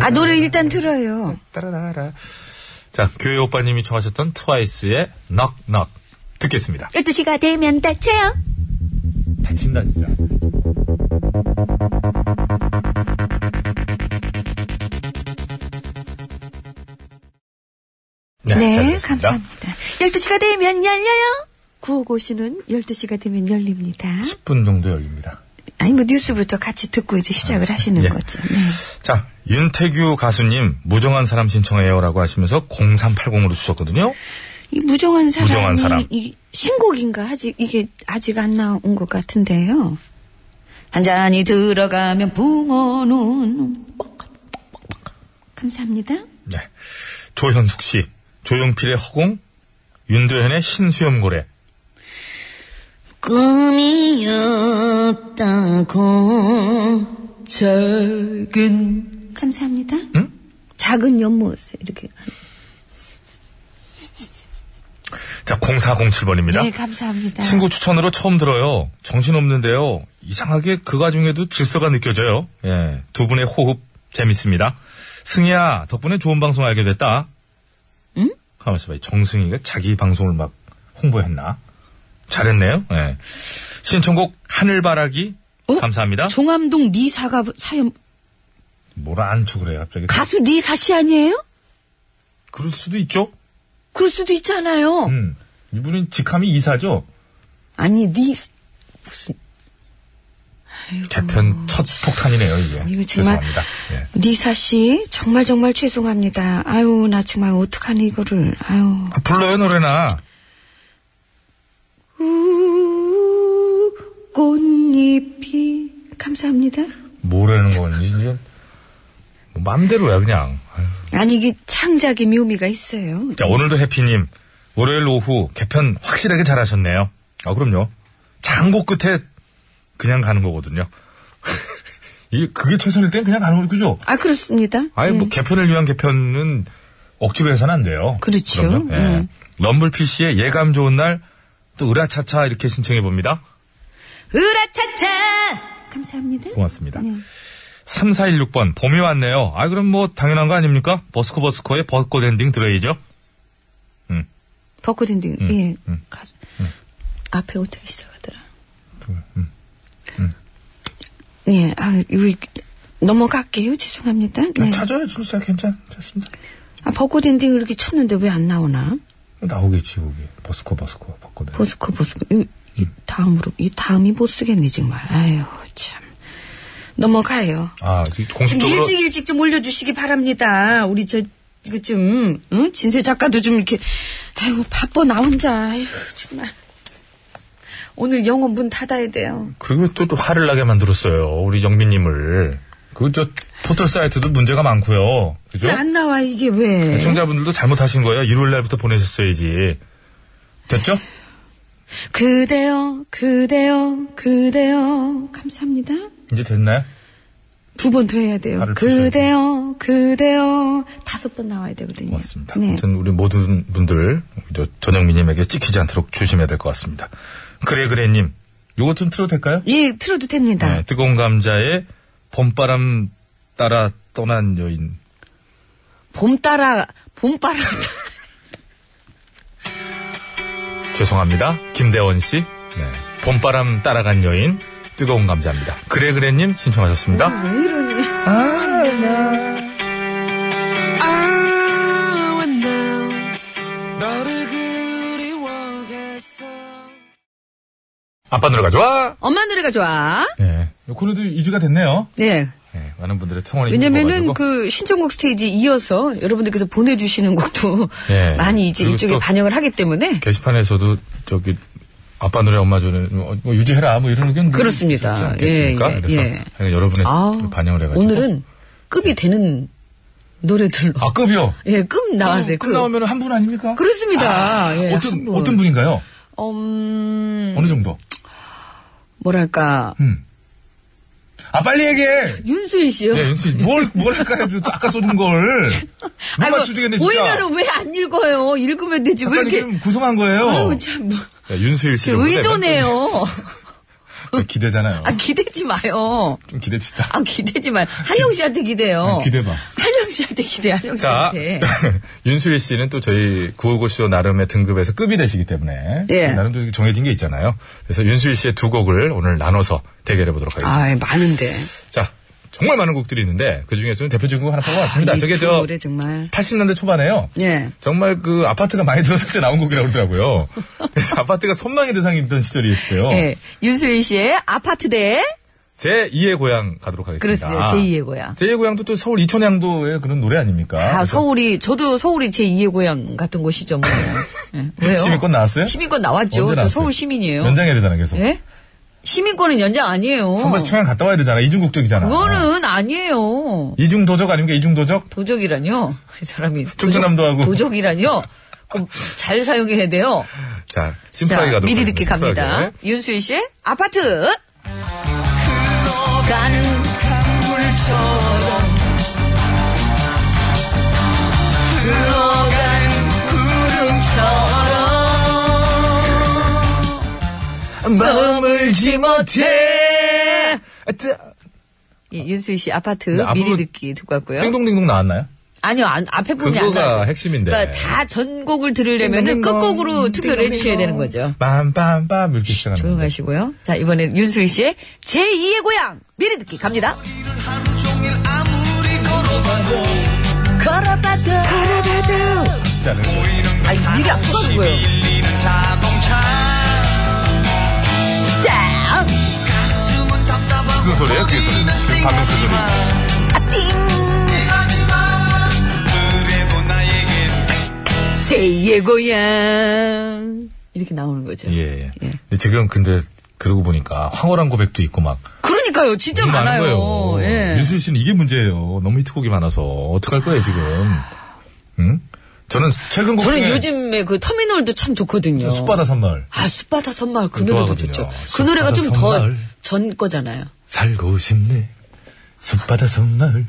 아 노래 일단 들어요. 따라라라. 자, 교회 오빠님이 청하셨던 트와이스의 넉넉 듣겠습니다. 12시가 되면 다쳐요. 다친다, 진짜. 네, 잘 네, 들었습니다. 감사합니다. 12시가 되면 열려요. 구호고시는 12시가 되면 열립니다. 10분 정도 열립니다. 아니, 뭐, 뉴스부터 같이 듣고 이제 시작을 하시는 예. 거죠. 네. 자, 윤태규 가수님, 무정한 사람 신청해요라고 하시면서 0380으로 주셨거든요. 이 무정한 사람이 무정한 사람. 이 신곡인가? 아직, 이게 아직 안 나온 것 같은데요. 한 잔이 들어가면 붕어는 감사합니다. 네. 조현숙 씨, 조용필의 허공, 윤도현의 신수염고래. 꿈이었다고 작은 감사합니다. 작은 연못에 이렇게 자, 0407번입니다. 네, 감사합니다. 친구 추천으로 처음 들어요. 정신없는데요. 이상하게 그 과정에도 질서가 느껴져요. 예. 두 분의 호흡 재밌습니다. 승희야, 덕분에 좋은 방송 알게 됐다. 응? 가만있어 봐. 정승희가 자기 방송을 막 홍보했나? 잘했네요. 예. 신청곡 하늘바라기. 어? 감사합니다. 종암동 리사가 사연 뭐라 안 쳐 그래, 갑자기. 가수 리사 씨 아니에요? 그럴 수도 있죠? 그럴 수도 어. 있잖아요. 음. 이분은 직함이 이사죠? 아니 리 개편 첫 폭탄이네요, 이게. 음. 이거 정말- 죄송합니다. 예. 니사 씨, 정말 정말 죄송합니다. 아유, 나 정말 어떡하니, 이거를. 아유. 아, 불러요, 노래나. 우, 꽃잎이. 감사합니다. 뭐라는 건지 이제 뭐 맘대로야 그냥. 아유. 아니, 이게 창작의 묘미가 있어요. 자 오늘도 해피님 월요일 오후 개편 확실하게 잘하셨네요. 아 그럼요. 장고 끝에 그냥 가는 거거든요. [laughs] 이게 그게 최선일 땐 그냥 가는 거죠. 그죠? 아, 그렇습니다. 아예 뭐 개편을 위한 개편은 억지로 해서는 안 돼요. 그렇죠. 그럼요. 예. 럼블피 씨의 예감 좋은 날 또 으라차차 이렇게 신청해 봅니다. 으라차차 감사합니다. 고맙습니다. 네. 3416번, 봄이 왔네요. 아, 그럼 뭐, 당연한 거 아닙니까? 버스코버스코의 벚꽃 엔딩 들어야죠. 벚꽃 엔딩, 음, 음, 예. 가수. 앞에 어떻게 시작하더라? 예, 아, 여기 넘어갈게요. 죄송합니다. 네. 찾아요, 진짜 괜찮습니다. 아, 벚꽃 엔딩을 이렇게 쳤는데 왜 안 나오나? 나오겠지, 거기. 버스코, 버스코, 벚꽃 엔딩. 보스코, 보스코. 이, 이 다음으로, 이 다음이 못 쓰겠네, 정말. 아유, 참. 넘어가요. 아, 지금 좀 공식적으로. 일찍 일찍 좀 올려주시기 바랍니다. 우리 저 이거 좀 응? 진세 작가도 좀 이렇게 아이고, 바빠, 나 혼자. 아유, 정말. 오늘 영어 문 닫아야 돼요. 그리고 또, 또 화를 나게 만들었어요. 우리 영빈님을. 그, 저, 포털 사이트도 문제가 많고요. 그죠? 안 나와, 이게 왜. 청자분들도 잘못하신 거예요. 일요일 날부터 보내셨어야지. 됐죠? 그대여, 그대여, 그대여. 감사합니다. 이제 됐나요? 두 번 더 해야 돼요. 발을 푸셔야 그대여, 그대여. 다섯 번 나와야 되거든요. 고맙습니다. 네. 아무튼 우리 모든 분들 저 전영미님에게 찍히지 않도록 조심해야 될 것 같습니다. 그래 그래님, 요것 좀 틀어도 될까요? 예, 틀어도 됩니다. 네, 뜨거운 감자의 봄바람 따라 떠난 여인. 봄 따라 봄 따라 죄송합니다, 김대원 씨. 네, 봄바람 따라간 여인, 뜨거운 감자입니다. 그래 그래님 신청하셨습니다. 아, 아, 네. 아빠 노래가 좋아. 엄마 노래가 좋아. 네, 요 코너도 2주가 됐네요. 네. 네, 많은 분들의 청원이 왜냐면은 있는 거 가지고. 그 신청곡 스테이지 이어서 여러분들께서 보내주시는 곡도 [laughs] 예. 많이 이제 그리고 이쪽에 또 반영을 하기 때문에 게시판에서도 저기 아빠 노래 엄마 노래 뭐 유지해라 뭐 이런 의견 그렇습니다. 있지 않겠습니까? 예, 예, 그래서 예. 그냥 여러분의 아, 뜻을 반영을 해가지고 예. 오늘은 급이 되는 노래들로. 아 급이요. 예, 급 나왔어요. 음, 끝 나오면 한 분 아닙니까? 그렇습니다. 예, 한 어떤 분. 어떤 분인가요? 음, 어느 정도? 뭐랄까. 음. 아 빨리 얘기해. 윤수인 씨요? 예, 윤씨 뭘뭘 할까요? 또 아까 쏟은 걸. 못 아이고, 맞추겠네 진짜. 보이면은 뭐, 왜 안 읽어요? 읽으면 되지. 왜 작가님 어. 네, 이렇게. 지금 구성한 거예요. 아유, 참, 뭐. 야, 윤수일 씨 정도면 의존해요. 약간 기대잖아요. 아, [laughs] 기대지 마요. 좀 기대합시다. 아, 기대지 마요. 한영 씨한테 기대요. 아, 기대봐. 한영 씨한테 기대, 한영 자, 씨한테. [laughs] 윤수일 씨는 또 저희 구호고쇼 나름의 등급에서 급이 되시기 때문에 예. 나름 좀 정해진 게 있잖아요. 그래서 윤수일 씨의 두 곡을 오늘 나눠서 대결해 보도록 하겠습니다. 아, 많은데. 자, 정말 많은 곡들이 있는데 그 중에서는 대표적인 곡 하나 뽑아왔습니다. 이 저게 두 저 노래 정말. 80년대 초반에요. 예. 정말 그 아파트가 많이 들었을 때 나온 곡이라고 [laughs] 그러더라고요. 그래서 아파트가 선망의 대상이던 시절이었대요. 예. 윤수일 씨의 아파트 대 제 2의 고향 가도록 하겠습니다. 그렇습니다. 제2의 고향. 제2의 고향도 또 서울 이천양도의 그런 노래 아닙니까? 아, 그래서 서울이, 저도 서울이 제2의 고향 같은 곳이죠, 뭐. 예, 왜요? 시민권 나왔어요? 시민권 나왔죠. 언제 저 나왔어요? 서울 시민이에요. 연장해야 되잖아 계속. 예? 시민권은 연장 아니에요. 한 번씩 청양 갔다 와야 되잖아. 이중국적이잖아. 어. 그거는 아니에요. 이중도적 아닙니까? 이중도적? 도적이라뇨? 이 사람이. 도적- 충청남도하고. 도적이라뇨? 그럼 잘 사용해야 돼요. 자, 심플하게 자, 가도록 미리 듣기 하겠습니다. 네. 갑니다. 심플하게. 윤수일 씨의 아파트. 흘러가는 강물처럼 흘러간 구름처럼 마음을 지 못해 예, 윤수일 씨 아파트 네, 앞부분- 미리 듣기 듣고 왔고요. 띵동띵동 나왔나요? 아니요, 안- 앞에 부분이 안 그거가 나와요. 핵심인데. 그러니까 다 전곡을 들으려면 띵동띵동, 끝곡으로 투표를 해주셔야 되는 거죠. 빰빰빰 이렇게 시작하는 건데. 조용하시고요. 자, 이번엔 윤수일 씨의 제2의 고향 미리 듣기 갑니다. 하루 종일 아무리 걸어봐도 걸어봐도 쉽지 않은 거예요. 아, 미리 안 가는 거예요. 밀리는 자동차 짱! 가슴은 답답하고 무슨 소리예요? 그게 소리. 지금 박명수 소리. 아, 띵! 하지만 그래도 나에겐 제2의 고향. 이렇게 나오는 거죠. 예. 근데 지금 근데 그러고 보니까 황홀한 고백도 있고 막 그러니까요. 진짜 너무 많은 많아요. 거예요. 예. 윤수일 씨는 이게 문제예요. 너무 히트곡이 많아서 어떡할 거예요 지금? 응? 저는 최근 곡 저는 중에 어, 요즘에 그 터미널도 참 좋거든요. 숲바다 산마을 아, 숲바다 선마을 그 노래도 좋아하거든요. 좋죠. 그 숲바다 노래가 좀 선마을. 더 전 거잖아요. 살고 싶네 숲바다 산마을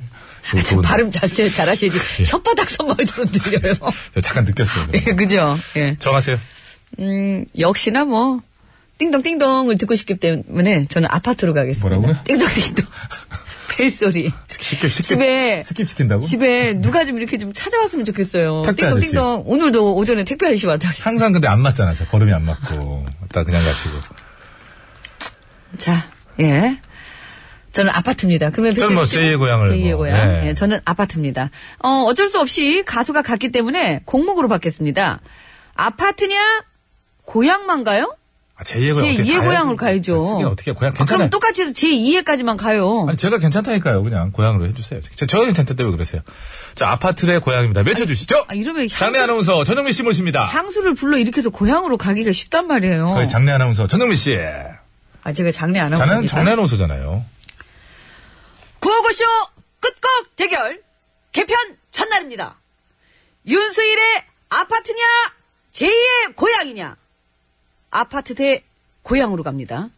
그 아, 참 발음 자세 [laughs] 잘하시지. 예. 혓바닥 선마을처럼 들려요. 저 잠깐 느꼈어요. 예, [laughs] 그죠? 예. 정하세요. 음, 역시나 뭐, 띵동띵동을 듣고 싶기 때문에 저는 아파트로 가겠습니다. 뭐라고요? [laughs] 띵동띵동. 벨소리. 쉽게 쉽게 집에- 스킵 시킨다고? 집에 누가 좀 이렇게 좀 찾아왔으면 좋겠어요. 택배 아저씨. 띵동띵동. 오늘도 오전에 택배 아저씨 왔다. 가셨어요. 항상 근데 안 맞잖아. 저 걸음이 안 맞고 딱 그냥 가시고. 자, 예. 저는 아파트입니다. 그러면 저는 뭐 배철수 씨가- 제2의 고향을 제2의 뭐, 고향. 예. 예, 저는 아파트입니다. 어, 어쩔 수 없이 가수가 같기 때문에 공목으로 받겠습니다. 아파트냐? 고향만가요? 아, 제2의 고향 어떻게 제2의 가야지. 고향을 가야죠. 쓰긴 어떻게 고향 아, 괜찮아요. 그럼 똑같이 해서 제2회까지만 가요. 아니 제가 괜찮다니까요. 그냥 고향으로 해주세요. 저, 저는 괜찮다 때문에 그러세요. 자 아파트의 고향입니다. 외쳐주시죠. 아, 이러면 향수, 장례 아나운서 전영민 씨 모십니다. 향수를 불러 일으켜서 고향으로 가기가 쉽단 말이에요. 저희 장례 아나운서 전영민 씨. 아, 제가 장례 안 하고 저는 있습니다. 장례 아나운서잖아요. 구호고쇼 끝곡 대결 개편 첫날입니다. 윤수일의 아파트냐 제2의 고향이냐 아파트 대 고향으로 갑니다.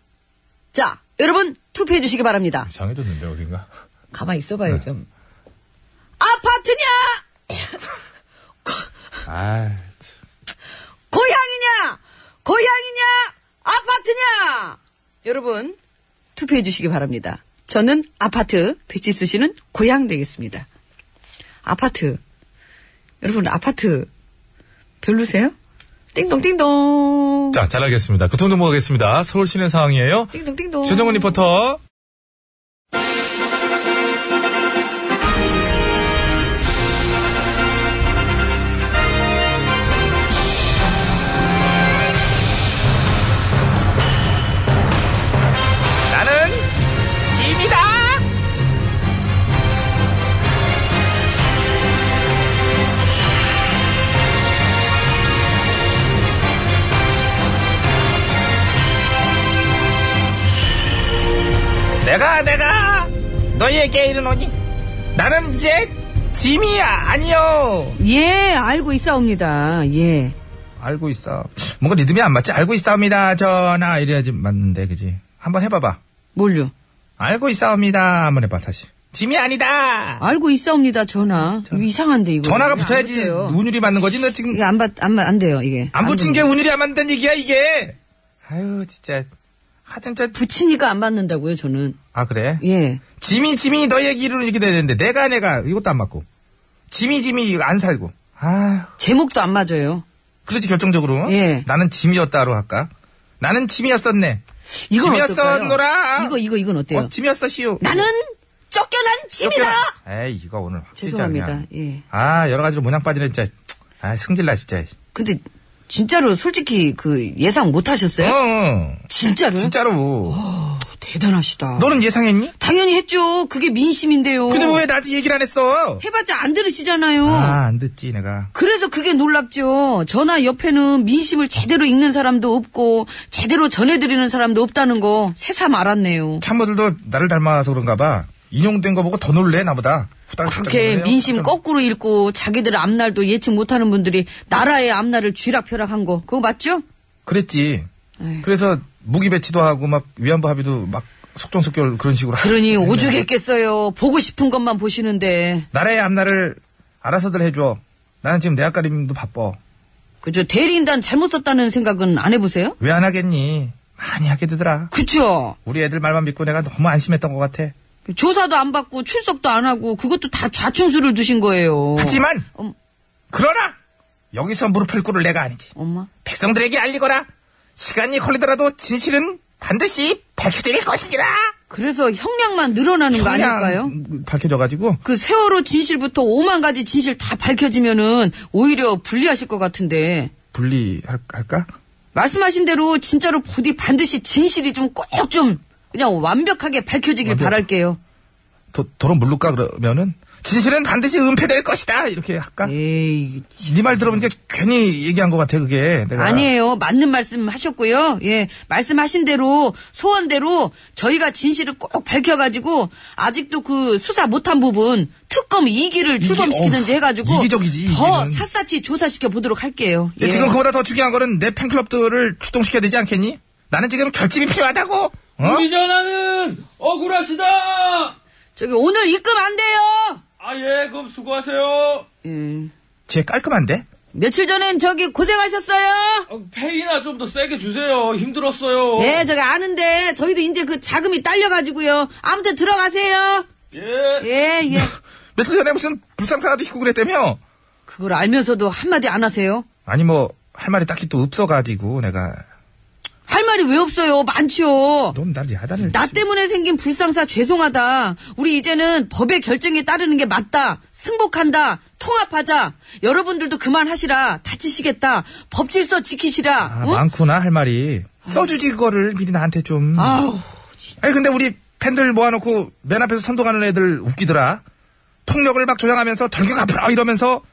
자 여러분 투표해 주시기 바랍니다. 이상해졌는데 어딘가. 가만히 있어봐요 좀. 아파트냐 아 고향이냐 고향이냐 아파트냐 여러분 투표해 주시기 바랍니다. 저는 아파트 배치수 씨는 고향 되겠습니다. 아파트 여러분 아파트 별로세요? 띵동띵동 자, 잘 알겠습니다. 그 교통 정보 가겠습니다. 서울 시내 상황이에요. 띵동띵동 최정원 리포터. 나는 짐이다. 내가 내가 너희에게 이르노니 나는 이제 짐이야 아니요 예, 알고 있사옵니다. 예. 알고 있어 뭔가 리듬이 안 맞지 알고 있사옵니다 전하 이래야지 맞는데 그지 한번 해봐봐 뭘요? 알고 있사옵니다 한번 해봐 다시 짐이 아니다 알고 있사옵니다, 전화. 이상한데, 이거. 전화가 이거 안 붙어야지 돼요. 운율이 맞는 거지 너 지금 이게 안 받, 안, 받- 안 돼요, 이게. 안 붙인 게 됩니다. 운율이 안 맞는 얘기야 이게 아유 진짜 하여튼 저아 아, 붙이니까 안 받는다고요, 저는. 그래 예. 짐이 짐이 너의 얘기로 이렇게 돼야 되는데 내가 내가 이것도 안 맞고 짐이 짐이 이거 안 살고 아휴 제목도 안 맞아요. 그렇지 결정적으로 예. 나는 짐이었다로 할까 나는 짐이었었네 이건 짐이었어, 어떨까요? 노라. 이거, 이거, 이건 어때요? 어, 짐이었어 시우 나는 쫓겨난 짐이다! 쫓겨라. 에이 이거 오늘 확 찢어, 죄송합니다. 그냥. 예. 아 여러 가지로 모양 빠지네 진짜 아 승질나 진짜 근데, 진짜로 솔직히 그 예상 못 하셨어요? 어 진짜로요? 진짜로 어. 대단하시다. 너는 예상했니? 당연히 했죠. 그게 민심인데요. 근데 왜 나한테 얘기를 안 했어 해봤자 안 들으시잖아요. 아 안 듣지 내가 그래서 그게 놀랍죠. 전화 옆에는 민심을 제대로 읽는 사람도 없고 제대로 전해드리는 사람도 없다는 거 새삼 알았네요. 참모들도 나를 닮아서 그런가 봐 인용된 거 보고 더 놀래 나보다 후달후달 그렇게 놀래요. 민심 깜짝 거꾸로 읽고 자기들의 앞날도 예측 못하는 분들이 나라의 앞날을 쥐락펴락한 거 그거 맞죠? 그랬지. 에이. 그래서 무기 배치도 하고 막 위안부 합의도 막 속전속결 그런 식으로. 그러니 하고 오죽했겠어요. 보고 싶은 것만 보시는데 나라의 앞날을 알아서들 해줘. 나는 지금 내 앞가림도 바빠. 그저 대리인단 잘못 썼다는 생각은 안 해보세요? 왜 안 하겠니? 많이 하게 되더라. 그쵸? 우리 애들 말만 믿고 내가 너무 안심했던 것 같아. 어. 조사도 안 받고 출석도 안 하고 그것도 다 좌충수를 주신 거예요. 하지만 음. 그러나 여기서 무릎을 꿇을 내가 아니지. 엄마 백성들에게 알리거라. 시간이 걸리더라도 진실은 반드시 밝혀질 것이니라. 그래서 형량만 늘어나는 거 그냥 아닐까요? 밝혀져가지고 그 세월호 진실부터 오만 가지 진실 다 밝혀지면은 오히려 불리하실 것 같은데 분리할까? 말씀하신 대로 진짜로 부디 반드시 진실이 좀 꼭 좀 그냥 완벽하게 밝혀지길 완벽. 바랄게요. 도, 도로 물를까 그러면은 진실은 반드시 은폐될 것이다 이렇게 음. 할까? 에이 네 말 들어보니까 괜히 얘기한 것 같아 그게 내가 아니에요. 맞는 말씀 하셨고요. 예. 말씀하신 대로, 소원대로 저희가 진실을 꼭 밝혀가지고, 아직도 그 수사 못한 부분, 특검 2기를 출범시키든지 어우, 해가지고, 이기적이지, 더 이기는. 샅샅이 조사시켜 보도록 할게요. 근데 예. 지금 그보다 더 중요한 거는 내 팬클럽들을 출동시켜야 되지 않겠니? 나는 지금 결집이 필요하다고 어? 우리 전화는 억울하시다! 저기 오늘 입금 안 돼요! 아, 예, 그럼 수고하세요. 예. 쟤 깔끔한데? 며칠 전엔 저기 고생하셨어요! 어, 페이나 좀 더 세게 주세요. 힘들었어요. 예, 저기 아는데, 저희도 이제 그 자금이 딸려가지고요. 아무튼 들어가세요! 예. 예, 예. 며칠 전에 무슨 불상사라도 있고 그랬다며? 그걸 알면서도 한마디 안 하세요? 아니 뭐 할 말이 딱히 또 없어가지고 내가 할 말이 왜 없어요? 많지요. 넌 나를 야단을 나 치지. 때문에 생긴 불상사 죄송하다. 우리 이제는 법의 결정에 따르는 게 맞다. 승복한다. 통합하자. 여러분들도 그만하시라. 다치시겠다. 법 질서 지키시라. 아, 응? 많구나 할 말이 써주지 그거를 미리 나한테 좀 아우, 아니 근데 우리 팬들 모아놓고 맨 앞에서 선동하는 애들 웃기더라. 폭력을 막 조장하면서 돌격 앞으로 이러면서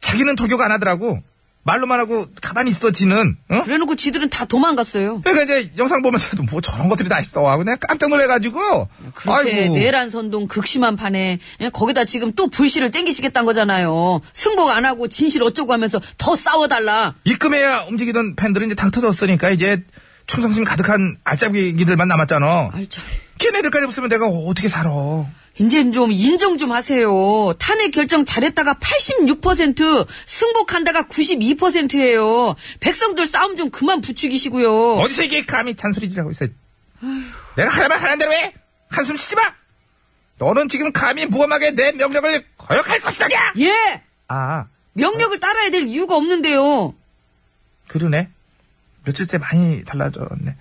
자기는 돌격 안 하더라고. 말로만 하고 가만히 있어 지는. 응? 그래놓고 지들은 다 도망갔어요. 그러니까 이제 영상 보면서도 뭐 저런 것들이 다 있어. 하고 내가 깜짝 놀래가지고. 그렇게 내란 선동 극심한 판에 예, 거기다 지금 또 불씨를 땡기시겠다는 거잖아요. 승복 안 하고 진실 어쩌고 하면서 더 싸워달라. 입금해야 움직이던 팬들은 이제 다 터졌으니까 이제 충성심 가득한 알짜배기들만 남았잖아. 아이 참. 걔네들까지 없으면 내가 어떻게 살아. 이젠 좀 인정 좀 하세요. 탄핵 결정 잘했다가 86%, 승복한다가 92%예요. 백성들 싸움 좀 그만 부추기시고요. 어디서 이게 감히 잔소리질하고 있어. 내가 하라면 하는 대로 해. 한숨 쉬지 마. 너는 지금 감히 무엄하게 내 명령을 거역할 것이다냐. 예! 아 명령을 따라야 될 이유가 없는데요. 그러네. 며칠째 많이 달라졌네.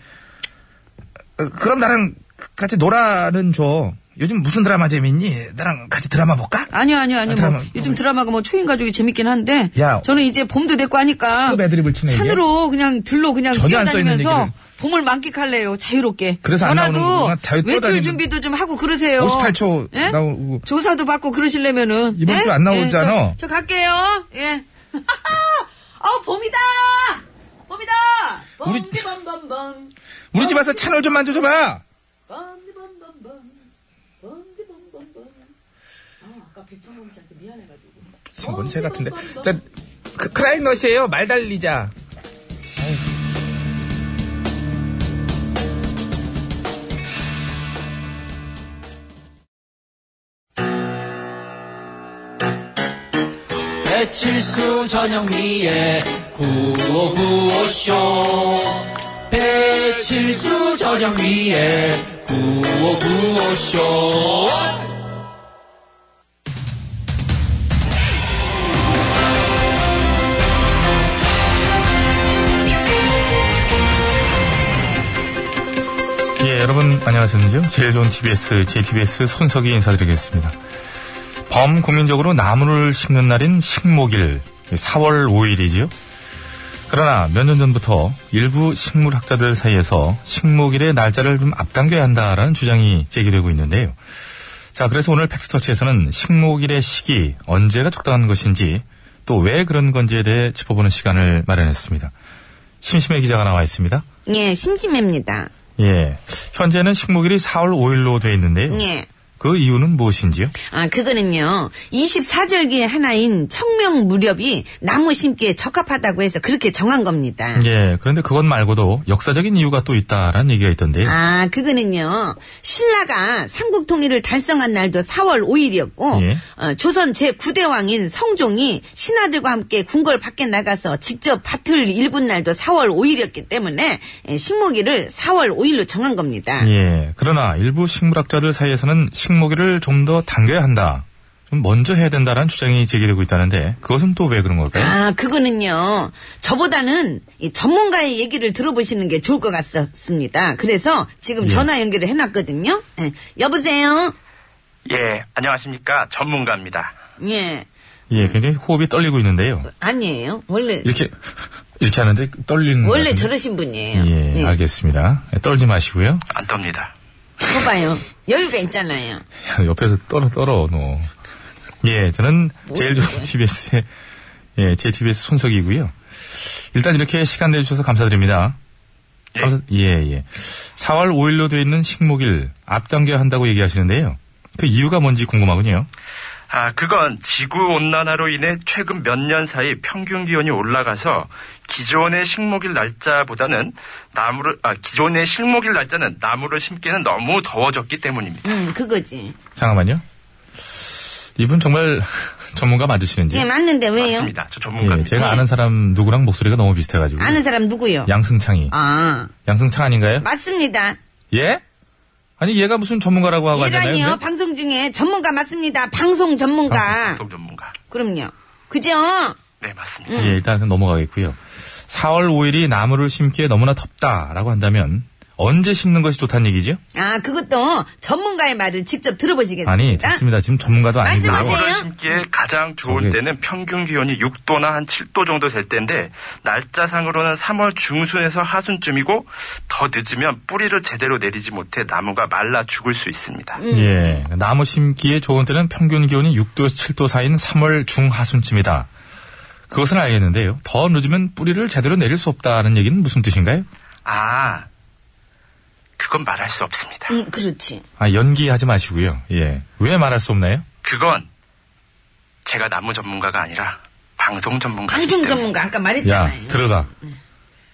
어, 그럼 나랑 같이 놀아는 줘. 요즘 무슨 드라마 재밌니? 나랑 같이 드라마 볼까? 아니요, 아니요, 아니요. 아, 드라마, 뭐 요즘 드라마가 뭐 초인 가족이 재밌긴 한데 야. 저는 이제 봄도 됐고 하니까 그 매드립을 치네, 이게. 산으로 그냥 들로 그냥 전혀 안 써있는 뛰어다니면서 얘기를. 봄을 만끽할래요. 자유롭게. 그래서 안 전화도 나오는 거구나. 자유 외출 뛰어다니면. 준비도 좀 하고 어. 그러세요. 58초 예? 나오고. 조사도 받고 그러시려면은 이번 예? 주안 나오잖아. 예, 저, 저 갈게요. 예. [laughs] 어 봄이다. 봄이다. 우리- 봄디 봄봄봄. 어, 우리 집 와서 채널 좀 만져줘봐. 봄디 봄봄봄. 친구는 제 같은데. 자, 크, 크라이넛이에요. 말 달리자. 배칠수 전영미의 구호구호쇼 배칠수 전영미의 구호구호쇼 예, 여러분 안녕하셨는지요? 제일 좋은 TBS, JTBS 손석희 인사드리겠습니다. 범국민적으로 나무를 심는 날인 식목일, 4월 5일이지요? 그러나 몇 년 전부터 일부 식물학자들 사이에서 식목일의 날짜를 좀 앞당겨야 한다라는 주장이 제기되고 있는데요. 자, 그래서 오늘 팩스터치에서는 식목일의 시기, 언제가 적당한 것인지, 또 왜 그런 건지에 대해 짚어보는 시간을 마련했습니다. 심심해 기자가 나와 있습니다. 예, 심심합니다. 예. 현재는 식목일이 4월 5일로 돼 있는데요. 예. 그 이유는 무엇인지요? 아, 그거는요. 24절기의 하나인 청명 무렵이 나무 심기에 적합하다고 해서 그렇게 정한 겁니다. 예. 그런데 그것 말고도 역사적인 이유가 또 있다라는 얘기가 있던데요. 아, 그거는요. 신라가 삼국 통일을 달성한 날도 4월 5일이었고 어, 예. 조선 제9대 왕인 성종이 신하들과 함께 궁궐 밖에 나가서 직접 밭을 일군 날도 4월 5일이었기 때문에 예, 식목일을 4월 5일로 정한 겁니다. 예. 그러나 일부 식물학자들 사이에서는 식목일을 좀 더 당겨야 한다. 좀 먼저 해야 된다라는 주장이 제기되고 있다는데 그것은 또 왜 그런 걸까요? 아, 그거는요. 저보다는 이 전문가의 얘기를 들어보시는 게 좋을 것 같습니다. 그래서 지금 예. 전화 연결을 해놨거든요. 예. 여보세요? [laughs] 예, 안녕하십니까. 전문가입니다. 예. 예. 굉장히 호흡이 떨리고 있는데요. 아니에요. 원래, 이렇게 이렇게 하는데 떨리는 원래 것 같은데. 저러신 분이에요. 예, 알겠습니다. 예, 떨지 마시고요. 안 떱니다. 봐봐요. 여유가 있잖아요. [laughs] 옆에서 떨어 떨어 너. 예, 저는 제일 좋은 [laughs] TBS의 예, JTBS 손석이고요. 일단 이렇게 시간 내주셔서 감사드립니다. 예. 감사- 예, 예. 4월 5일로 되어 있는 식목일 앞당겨야 한다고 얘기하시는데요. 그 이유가 뭔지 궁금하군요. 아, 그건 지구 온난화로 인해 최근 몇 년 사이 평균 기온이 올라가서 기존의 식목일 날짜보다는 나무를 아, 기존의 식목일 날짜는 나무를 심기는 너무 더워졌기 때문입니다. 음, 그거지. 잠깐만요. 이분 정말 [laughs] 전문가 맞으시는지. 예, 맞는데 네. 왜요? 맞습니다. 저 예, 전문가입니다. 제가 네. 아는 사람 누구랑 목소리가 너무 비슷해가지고. 아는 사람 누구요? 양승창이. 아, 양승창 아닌가요? 맞습니다. 예? 아니 얘가 무슨 전문가라고 하고 하잖아요. 이란이요. 근데? 방송 중에 전문가 맞습니다. 방송 전문가. 방송 전문가. 그럼요. 그죠? 아, 네, 맞습니다. 예, 일단은 넘어가겠고요. 4월 5일이 나무를 심기에 너무나 덥다라고 한다면 언제 심는 것이 좋다는 얘기죠? 아, 그것도 전문가의 말을 직접 들어보시겠습니까? 아니, 됐습니다. 지금 전문가도 아니고 말씀하세요. 나무를 심기에 가장 좋은 저기- 때는 평균 기온이 6도나 한 7도 정도 될 때인데 날짜상으로는 3월 중순에서 하순쯤이고 더 늦으면 뿌리를 제대로 내리지 못해 나무가 말라 죽을 수 있습니다. 예, 나무 심기에 좋은 때는 평균 기온이 6도에서 7도 사이인 3월 중하순쯤이다. 그것은 알겠는데요. 더 늦으면 뿌리를 제대로 내릴 수 없다는 얘기는 무슨 뜻인가요? 아, 그건 말할 수 없습니다. 음, 그렇지. 아, 연기하지 마시고요. 예. 왜 말할 수 없나요? 그건 제가 나무 전문가가 아니라 방송 전문가. 방송 전문가 아까 야, 말했잖아요. 들어가.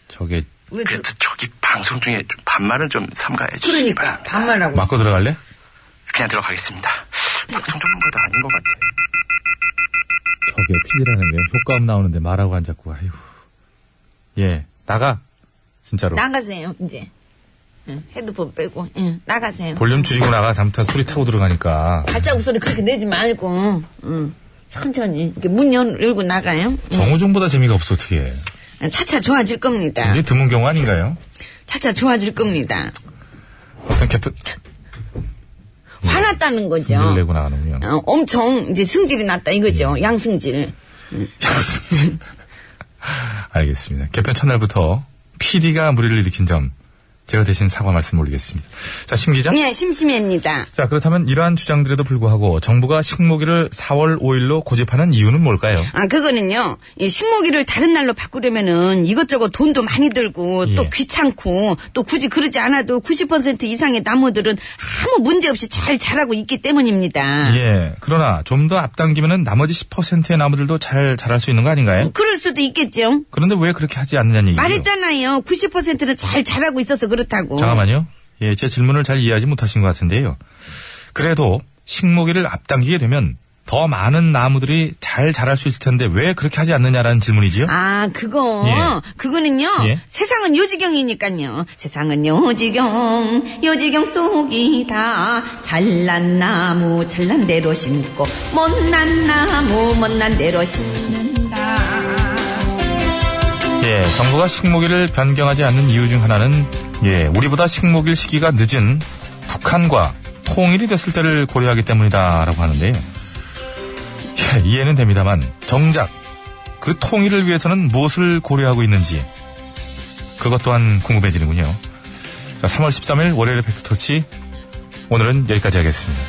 저게 왜 저- 그래서 저기 방송 중에 좀 반말은 좀 삼가해 주시기 그러니까 바랍니다. 반말하고 맞고 들어갈래? 그냥 들어가겠습니다. 네. 방송 전문가도 아닌 것 같아요. 저게 PD라는 게 효과음 나오는데 말하고 앉았고, 아이고. 예, 나가. 진짜로. 나가세요 이제. 응, 헤드폰 빼고 응, 나가세요. 볼륨 줄이고 나가. 잠깐 소리 타고 들어가니까. 발자국 소리 그렇게 내지 말고 음. 응. 천천히 이렇게 문 연- 열고 나가요. 정우종보다 재미가 없어, 어떻게. 응. 차차 좋아질 겁니다. 굉장히 드문 경우 아닌가요? 차차 좋아질 겁니다. 어떤 개표, 화났다는 거죠. 승질 내고 나가는군요. 어, 엄청 이제 승질이 났다 이거죠. 음. 양승질. 알겠습니다. 개편 첫날부터 PD가 무리를 일으킨 점, 제가 대신 사과 말씀 올리겠습니다. 자, 심 기자. 예, 심심해입니다. 자, 그렇다면 이러한 주장들에도 불구하고 정부가 식목일을 4월 5일로 고집하는 이유는 뭘까요? 아, 그거는요, 이 식목일을 다른 날로 바꾸려면은 이것저것 돈도 많이 들고 또 예. 귀찮고 또 굳이 그러지 않아도 90% 이상의 나무들은 아무 문제 없이 잘 자라고 있기 때문입니다. 예. 그러나 좀 더 앞당기면은 나머지 10%의 나무들도 잘 자랄 수 있는 거 아닌가요? 그럴 수도 있겠죠. 그런데 왜 그렇게 하지 않느냐는 얘기예요. 말했잖아요. 90%는 잘 자라고 있어서 그렇다고. 잠깐만요. 예, 제 질문을 잘 이해하지 못하신 것 같은데요. 그래도 식목일을 앞당기게 되면 더 많은 나무들이 잘 자랄 수 있을 텐데 왜 그렇게 하지 않느냐라는 질문이지요. 아, 그거. 예. 그거는요. 예. 세상은 요지경이니까요. 세상은 요지경, 요지경 속이다. 잘난 나무, 잘난 대로 심고, 못난 나무, 못난 대로 심는다. 예, 정부가 식목일을 변경하지 않는 이유 중 하나는 예, 우리보다 식목일 시기가 늦은 북한과 통일이 됐을 때를 고려하기 때문이다라고 하는데요. 예, 이해는 됩니다만 정작 그 통일을 위해서는 무엇을 고려하고 있는지 그것 또한 궁금해지는군요. 자, 3월 13일 월요일의 팩트터치 오늘은 여기까지 하겠습니다.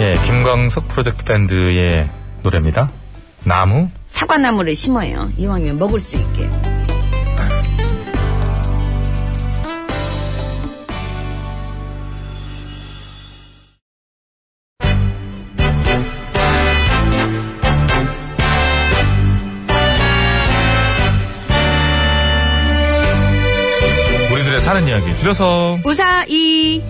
예, 김광석 프로젝트 밴드의 노래입니다. 나무 사과나무를 심어요. 이왕이면 먹을 수 있게. 우리들의 사는 이야기 줄여서 우사이.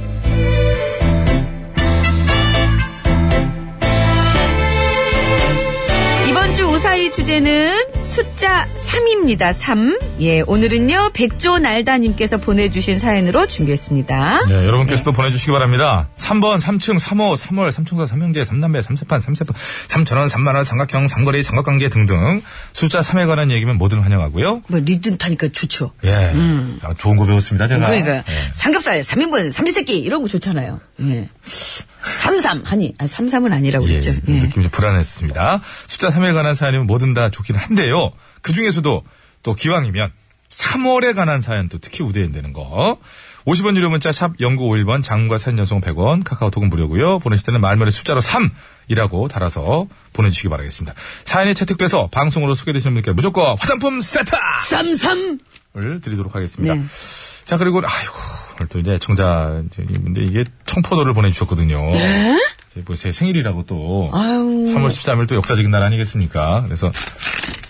이번 주 우사히 주제는 숫자 3입니다. 3. 예, 오늘은요, 백조 날다님께서 보내주신 사연으로 준비했습니다. 네, 여러분께서도 보내주시기 바랍니다. 3번, 3층, 3호, 3월, 3총사, 3형제, 3남매, 3세판, 3세판, 3천원, 3만원, 삼각형, 삼거리, 삼각관계 등등 숫자 3에 관한 얘기면 뭐든 환영하고요. 뭐, 리듬 타니까 좋죠. 예. 아, 좋은 거 배웠습니다, 음. 제가. 그러니까 예. 삼겹살, 3인분, 삼시세끼 이런 거 좋잖아요. 예. 삼삼 아니, 아, 삼삼은 아니라고 예, 그랬죠. 예. 느낌이 좀 불안했습니다. 숫자 3에 관한 사연이면 뭐든 다 좋긴 한데요. 그 중에서도 또 기왕이면 3월에 관한 사연 또 특히 우대인되는 거. 50원 유료 문자 샵 0951번 장과 사연 연속 100원 카카오톡은 무료고요. 보내실 때는 말머리 숫자로 3이라고 달아서 보내주시기 바라겠습니다. 사연이 채택돼서 방송으로 소개되시는 분께 무조건 화장품 세트를 삼삼 드리도록 하겠습니다. 네. 자 그리고 아이고 오늘 또 이제 청자 분들 이게 청포도를 보내주셨거든요. 제- 뭐제 생일이라고 또 네? 아유. 3월 13일 또 역사적인 날 아니겠습니까? 그래서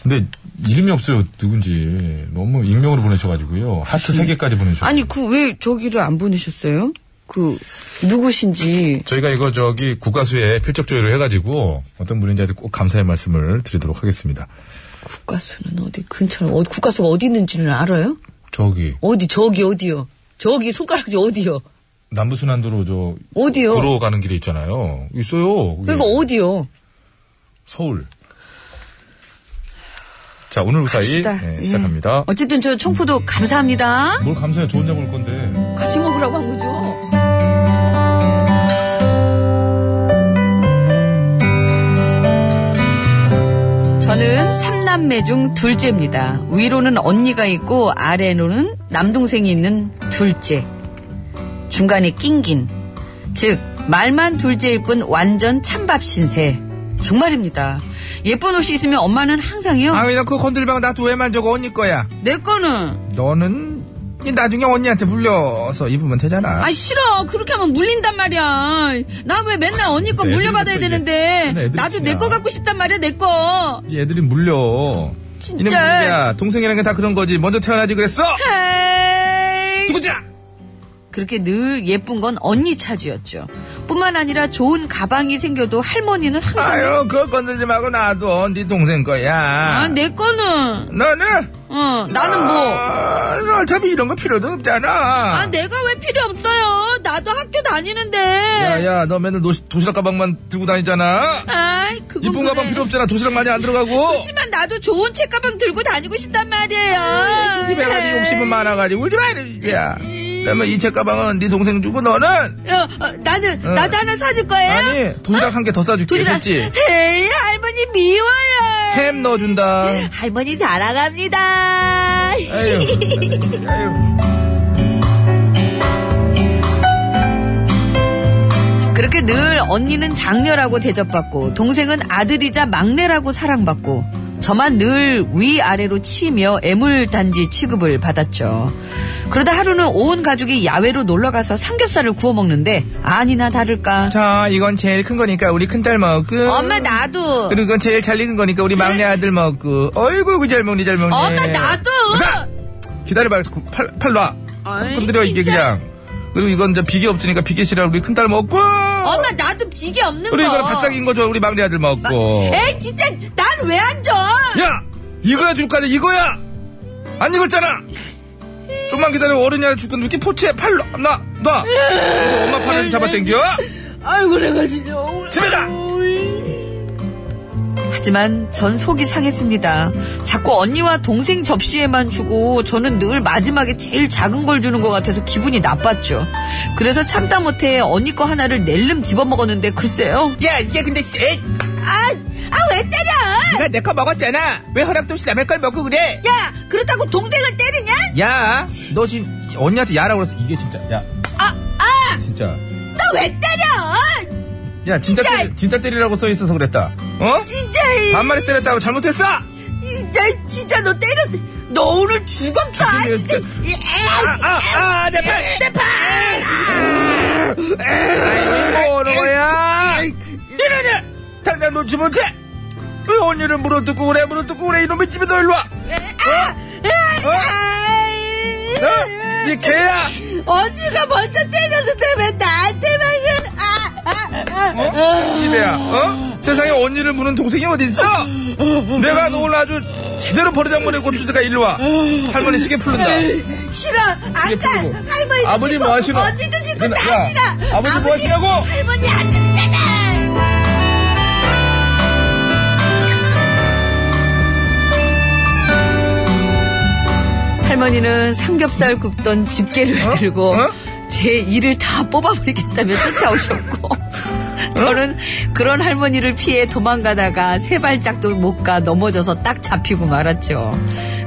근데 이름이 없어요 누군지 너무 익명으로 보내셔가지고요 하트 3 개까지 보내주셨어요. 아니 그 왜 저기를 안 보내셨어요? 그 누구신지 저희가 이거 저기 국가수에 필적 조회를 해가지고 어떤 분인지 꼭 감사의 말씀을 드리도록 하겠습니다. 국가수는 어디 근처로 어, 국가수가 어디 있는지는 알아요? 저기 어디 저기 어디요? 저기 손가락지 어디요? 남부순환도로 저 어디요? 구로 가는 길에 있잖아요. 있어요. 거기. 그러니까 어디요? 서울. 자 오늘 우사히 갑시다. 예, 시작합니다. 어쨌든 저 청포도 감사합니다. 뭘 감사해 좋은 약 올 건데. 같이 먹으라고 한 거죠. 저는 삼남매 중 둘째입니다. 위로는 언니가 있고 아래로는 남동생이 있는 둘째. 중간에 낑긴. 즉 말만 둘째일 뿐 완전 찬밥 신세. 정말입니다. 예쁜 옷이 있으면 엄마는 항상요. 아왜 나그 건들방 놔두 왜만 저거 언니 거야. 내 거는 너는 이 나중에 언니한테 불려서 입으면 되잖아. 아 싫어. 그렇게 하면 물린단 말이야. 나 왜 맨날 언니 거 애들이 물려받아야 그래서 이게 맨날 되는데 애들이 나도 내 그냥. 거 갖고 싶단 말이야 내 거. 이 애들이 물려. 진짜. 이놈 야 동생이라는 게 다 그런 거지. 먼저 태어나지 그랬어. 헤이. 누구자? 그렇게 늘 예쁜 건 언니 차지였죠. 뿐만 아니라 좋은 가방이 생겨도 할머니는 항상 아유 그거 건들지 말고 놔둬. 네 동생 거야. 아, 내 거는 너는 어, 나는 뭐. 아, 너 어차피 이런 거 필요도 없잖아. 아, 내가 왜 필요 없어요? 나도 학교 다니는데. 야야 너 맨날 도시, 도시락 가방만 들고 다니잖아. 아이, 그건 이쁜 그래. 가방 필요 없잖아. 도시락 많이 안 들어가고. 그렇지만 나도 좋은 책가방 들고 다니고 싶단 말이에요. 입에 가지 욕심은 많아가지고 울지 마. 야. 에이. 그러면 이 책 가방은 네 동생 주고 너는 어, 어, 나는 어. 나도 하나 사줄 거예요. 아니 도시락 한 개 더 싸줄게 네? 도시락. 됐지? 에이 할머니 미워요. 햄 넣어준다. 할머니 사랑합니다. [laughs] 아유, 아유. 그렇게 늘 언니는 장녀라고 대접받고 동생은 아들이자 막내라고 사랑받고 저만 늘 위아래로 치며 애물단지 취급을 받았죠. 그러다 하루는 온 가족이 야외로 놀러가서 삼겹살을 구워 먹는데 아니나 다를까 자, 이건 제일 큰 거니까 우리 큰딸 먹고. 아, 엄마 나도 그리고 이건 제일 잘 익은 거니까 우리 막내 아들 먹고. 어이구, 그 이구, 잘 먹니, 잘 먹니. 예? 엄마 나도 자! 기다려봐. 구- 팔, 팔 놔. 건드려, 이게 그냥. 그리고 이건 이제 비계 없으니까 비계 실어 우리 큰딸 먹고. 엄마 나도 비계 없는 그리고 이거는 거 바싹인 거 줘, 우리 막내 아들 먹고. 어, 에이 진짜 난 왜 안 줘? 야! 이거야 줄 거야, 이거야! 안 익었잖아! 좀만 기다려, 어른이 하나 줄 건데, 이렇게 포치에 팔 놔, 놔! 놔! 그리고 엄마 팔을 잡아 당겨! 아이고 내가 진짜 억울해. 집에 가! 하지만 전 속이 상했습니다. 자꾸 언니와 동생 접시에만 주고 저는 늘 마지막에 제일 작은 걸 주는 것 같아서 기분이 나빴죠. 그래서 참다 못해 언니 거 하나를 낼름 집어먹었는데 글쎄요. 야, 이게 근데, 진짜- 에이! 아, 아 왜 때려? 네가 내 거 먹었잖아. 왜 허락도 없이 남의 걸 먹고 그래? 야, 그렇다고 동생을 때리냐? 야, 너 지금 언니한테 야라고 그래서 이게 진짜 야. 아, 아. 진짜. 너 왜 때려? 야, 진짜 때리, 진짜 때리라고 써 있어서 그랬다. 어? 진짜, 반말에 때렸다고 잘못했어. 진짜, 진짜 너 때려. 너 오늘 죽었어. 아, 진짜. 아, 아, 아, 내 팔, 내 팔. 아, 이 뭐하는 거야? 이러냐? 당장 놓지 못해. 왜 언니를 물어뜯고 그래, 물어뜯고 그래, 이놈의 집에 너 일로 와. 어? 어? 이 개야. 언니가 먼저 때렸는데 왜 나한테만 그래? 아, 아, 아. 어? 집애야, 어? 세상에 언니를 무는 동생이 어딨어? 내가 너를 아주 제대로 버르장머리 고칠 테니까 일로 와. 할머니 시계 풀른다. 싫어. 아까 풀고. 할머니 아버님 뭐 하시노? 언니도 싫고 누나, 다 야, 싫어. 아버지 뭐 하시라고? 할머니 아들이잖아. 할머니는 삼겹살 굽던 집게를 들고 어? 제 이를 다 뽑아버리겠다며 쫓아오셨고 저는 그런 할머니를 피해 도망가다가 세 발짝도 못 가 넘어져서 딱 잡히고 말았죠.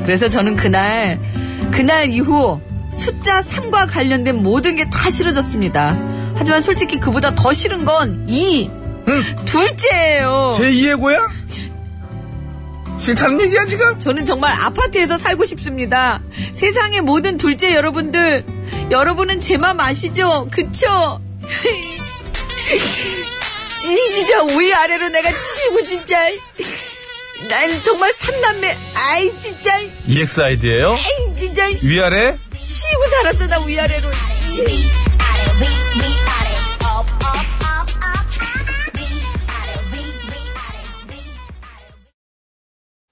그래서 저는 그날 그날 이후 숫자 3과 관련된 모든 게 다 싫어졌습니다. 하지만 솔직히 그보다 더 싫은 건 2. 둘째예요. 제2의 고향? 싫다는 얘기야, 지금? 저는 정말 아파트에서 살고 싶습니다. 세상의 모든 둘째 여러분들, 여러분은 제 맘 아시죠? 그쵸? [laughs] 이 진짜 위아래로 내가 치고 진짜. 난 정말 삼남매, 아이 진짜, 아이 EXID예요. 진짜 위아래 치고 살았어 나 위아래로.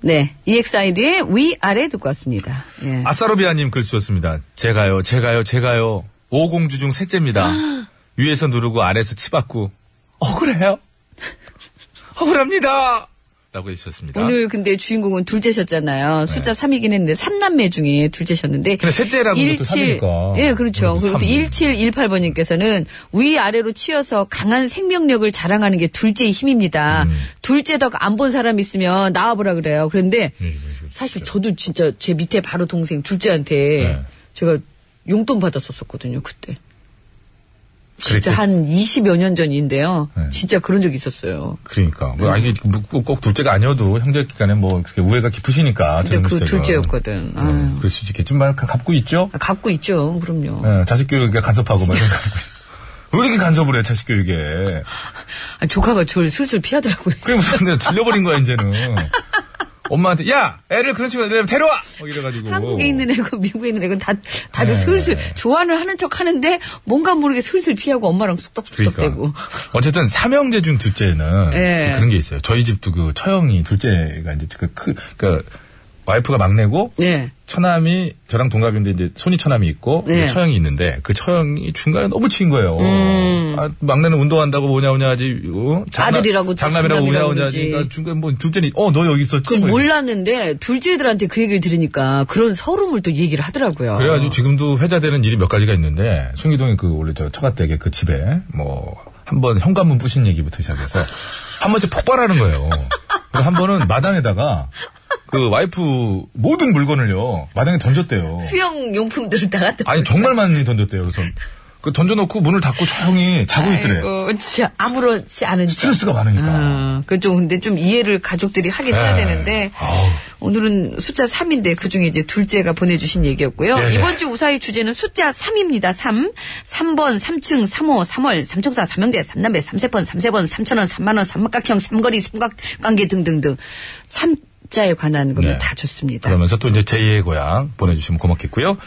네, EXID의 위아래 듣고 왔습니다. 예. 아사로비아님 글 주셨습니다. 제가요, 제가요, 제가요. 오공주 중 셋째입니다. [gasps] 위에서 누르고 아래에서 치받고 억울해요. [laughs] 억울합니다. 라고 해주셨습니다. 오늘 근데 주인공은 둘째셨잖아요. 숫자 3이긴 했는데, 3남매 중에 둘째셨는데. 네. 근데 셋째라고 해도 또 17, 삼이니까. 예, 그렇죠. 그리고 그래도 또 삼. 1718번님께서는 위아래로 치여서 강한 생명력을 자랑하는 게 둘째의 힘입니다. 음. 둘째 덕 안 본 사람 있으면 나와보라 그래요. 그런데 예, 사실 저도 진짜 제 밑에 바로 동생 둘째한테 네. 제가 용돈 받았었거든요, 그때. 진짜 그랬겠지. 한 20여 년 전인데요. 네. 진짜 그런 적이 있었어요. 그러니까. 음. 뭐, 아니, 이게 뭐, 꼭꼭 둘째가 아니어도 형제 기간에 뭐, 그렇게 우애가 깊으시니까. 근데 저는 그 그때가. 둘째였거든. 네, 아유. 그럴 수 있겠지만, 가- 갖고 있죠? 아, 갖고 있죠. 그럼요. 예, 자식 교육에 간섭하고 막 이런 거 갖고 있- [laughs] 왜 이렇게 간섭을 해, 자식 교육에. 아, 조카가 저를 슬슬 피하더라고요. 그게 무슨, 내가 질려버린 거야, 이제는. 엄마한테, 야! 애를 그런 식으로 내려- 데려와! 뭐 이래가지고. 한국에 있는 애고 [laughs] 미국에 있는 애고 다 네. 다들 슬슬 좋아는 하는 척 하는데 뭔가 모르게 슬슬 피하고 엄마랑 쑥덕쑥덕 그러니까. 대고 어쨌든 삼형제 중 둘째는 예. 이제 그런 게 있어요. 저희 집도 그 처형이 둘째가 이제 그 크, 그러니까 와이프가 막내고 네. 처남이 저랑 동갑인데 이제 손이 처남이 있고 네. 이제 처형이 있는데 그 처형이 중간에 너무 치인 거예요. 음. 아, 막내는 운동한다고 뭐냐 뭐냐 하지 어? 아들이라고 또 장남이라고 뭐냐 장남이라고 뭐냐 하지 그러지. 그러니까 중간에 뭐 둘째는 어너 여기 있었지 그 뭐 이렇게. 몰랐는데 둘째 애들한테 그 얘기를 들으니까 그런 서름을 또 얘기를 하더라고요. 그래가지고 지금도 회자되는 일이 몇 가지가 있는데 숭이동에 그 원래 저 처가댁에 그 집에 뭐 한 번 현관문 부신 얘기부터 시작해서 한 번씩 폭발하는 거예요. 그리고 한 번은 마당에다가 그 와이프 모든 물건을요 마당에 던졌대요. 수영 용품들을 다 갖다. 아니 정말 많이 던졌대요. 그래서 그 던져놓고 문을 닫고 조용히 자고 있더래요. 아이고, 진짜 아무렇지 않은 어, 스트레스가 많으니까. 그좀 근데 좀 이해를 가족들이 하긴 해야 네. 되는데 오늘은 숫자 3인데 그중에 이제 둘째가 보내주신 얘기였고요. 네, 네. 이번 주 우사의 주제는 숫자 3입니다. 3. 3번, 3층, 3호, 3월, 3청사, 3명대, 3남배, 3세번, 3세번, 3천원, 3만원, 삼각형, 삼거리, 삼각관계 등등등. 3자에 관한 거는 네. 다 좋습니다. 그러면서 또 이제 제2의 고향 보내주시면 고맙겠고요.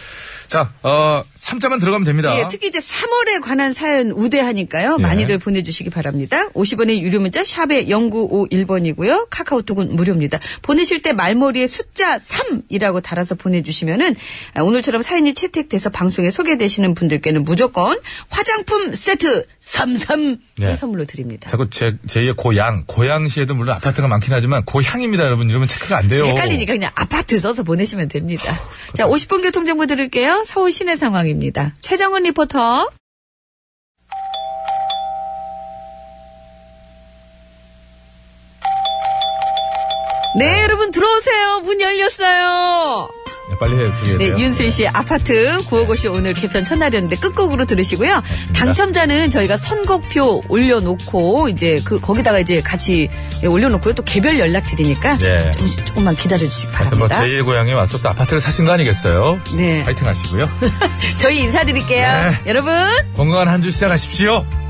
자, 어, 3자만 들어가면 됩니다. 예, 특히 이제 3월에 관한 사연 우대하니까요. 예. 많이들 보내주시기 바랍니다. 50원의 유료 문자 샵에 0951번이고요. 카카오톡은 무료입니다. 보내실 때 말머리에 숫자 3이라고 달아서 보내주시면은 아, 오늘처럼 사연이 채택돼서 방송에 소개되시는 분들께는 무조건 화장품 세트 33 네. 선물로 드립니다. 자꾸 제, 제2의 고향, 고향시에도 물론 아파트가 많긴 하지만 고향입니다 여러분 이러면 체크가 안 돼요. 헷갈리니까 그냥 아파트 써서 보내시면 됩니다. 자, 50분 교통정보 들을게요. 서울 시내 상황입니다. 최정은 리포터. 네, 여러분 들어오세요. 문 열렸어요. 네, 빨리 해, 주세요. 네, 윤수희 씨 아파트 구호고시 오늘 개편 첫날이었는데 끝곡으로 들으시고요. 당첨자는 저희가 선곡표 올려놓고 이제 그 거기다가 이제 같이 예, 올려놓고요. 또 개별 연락 드리니까 네. 조금씩 조금만 기다려주시기 하여튼 뭐 바랍니다. 제2의 고향에 와서 또 아파트를 사신 거 아니겠어요? 네. 파이팅 하시고요. 저희 인사드릴게요. 네. 여러분. 건강한 한 주 시작하십시오.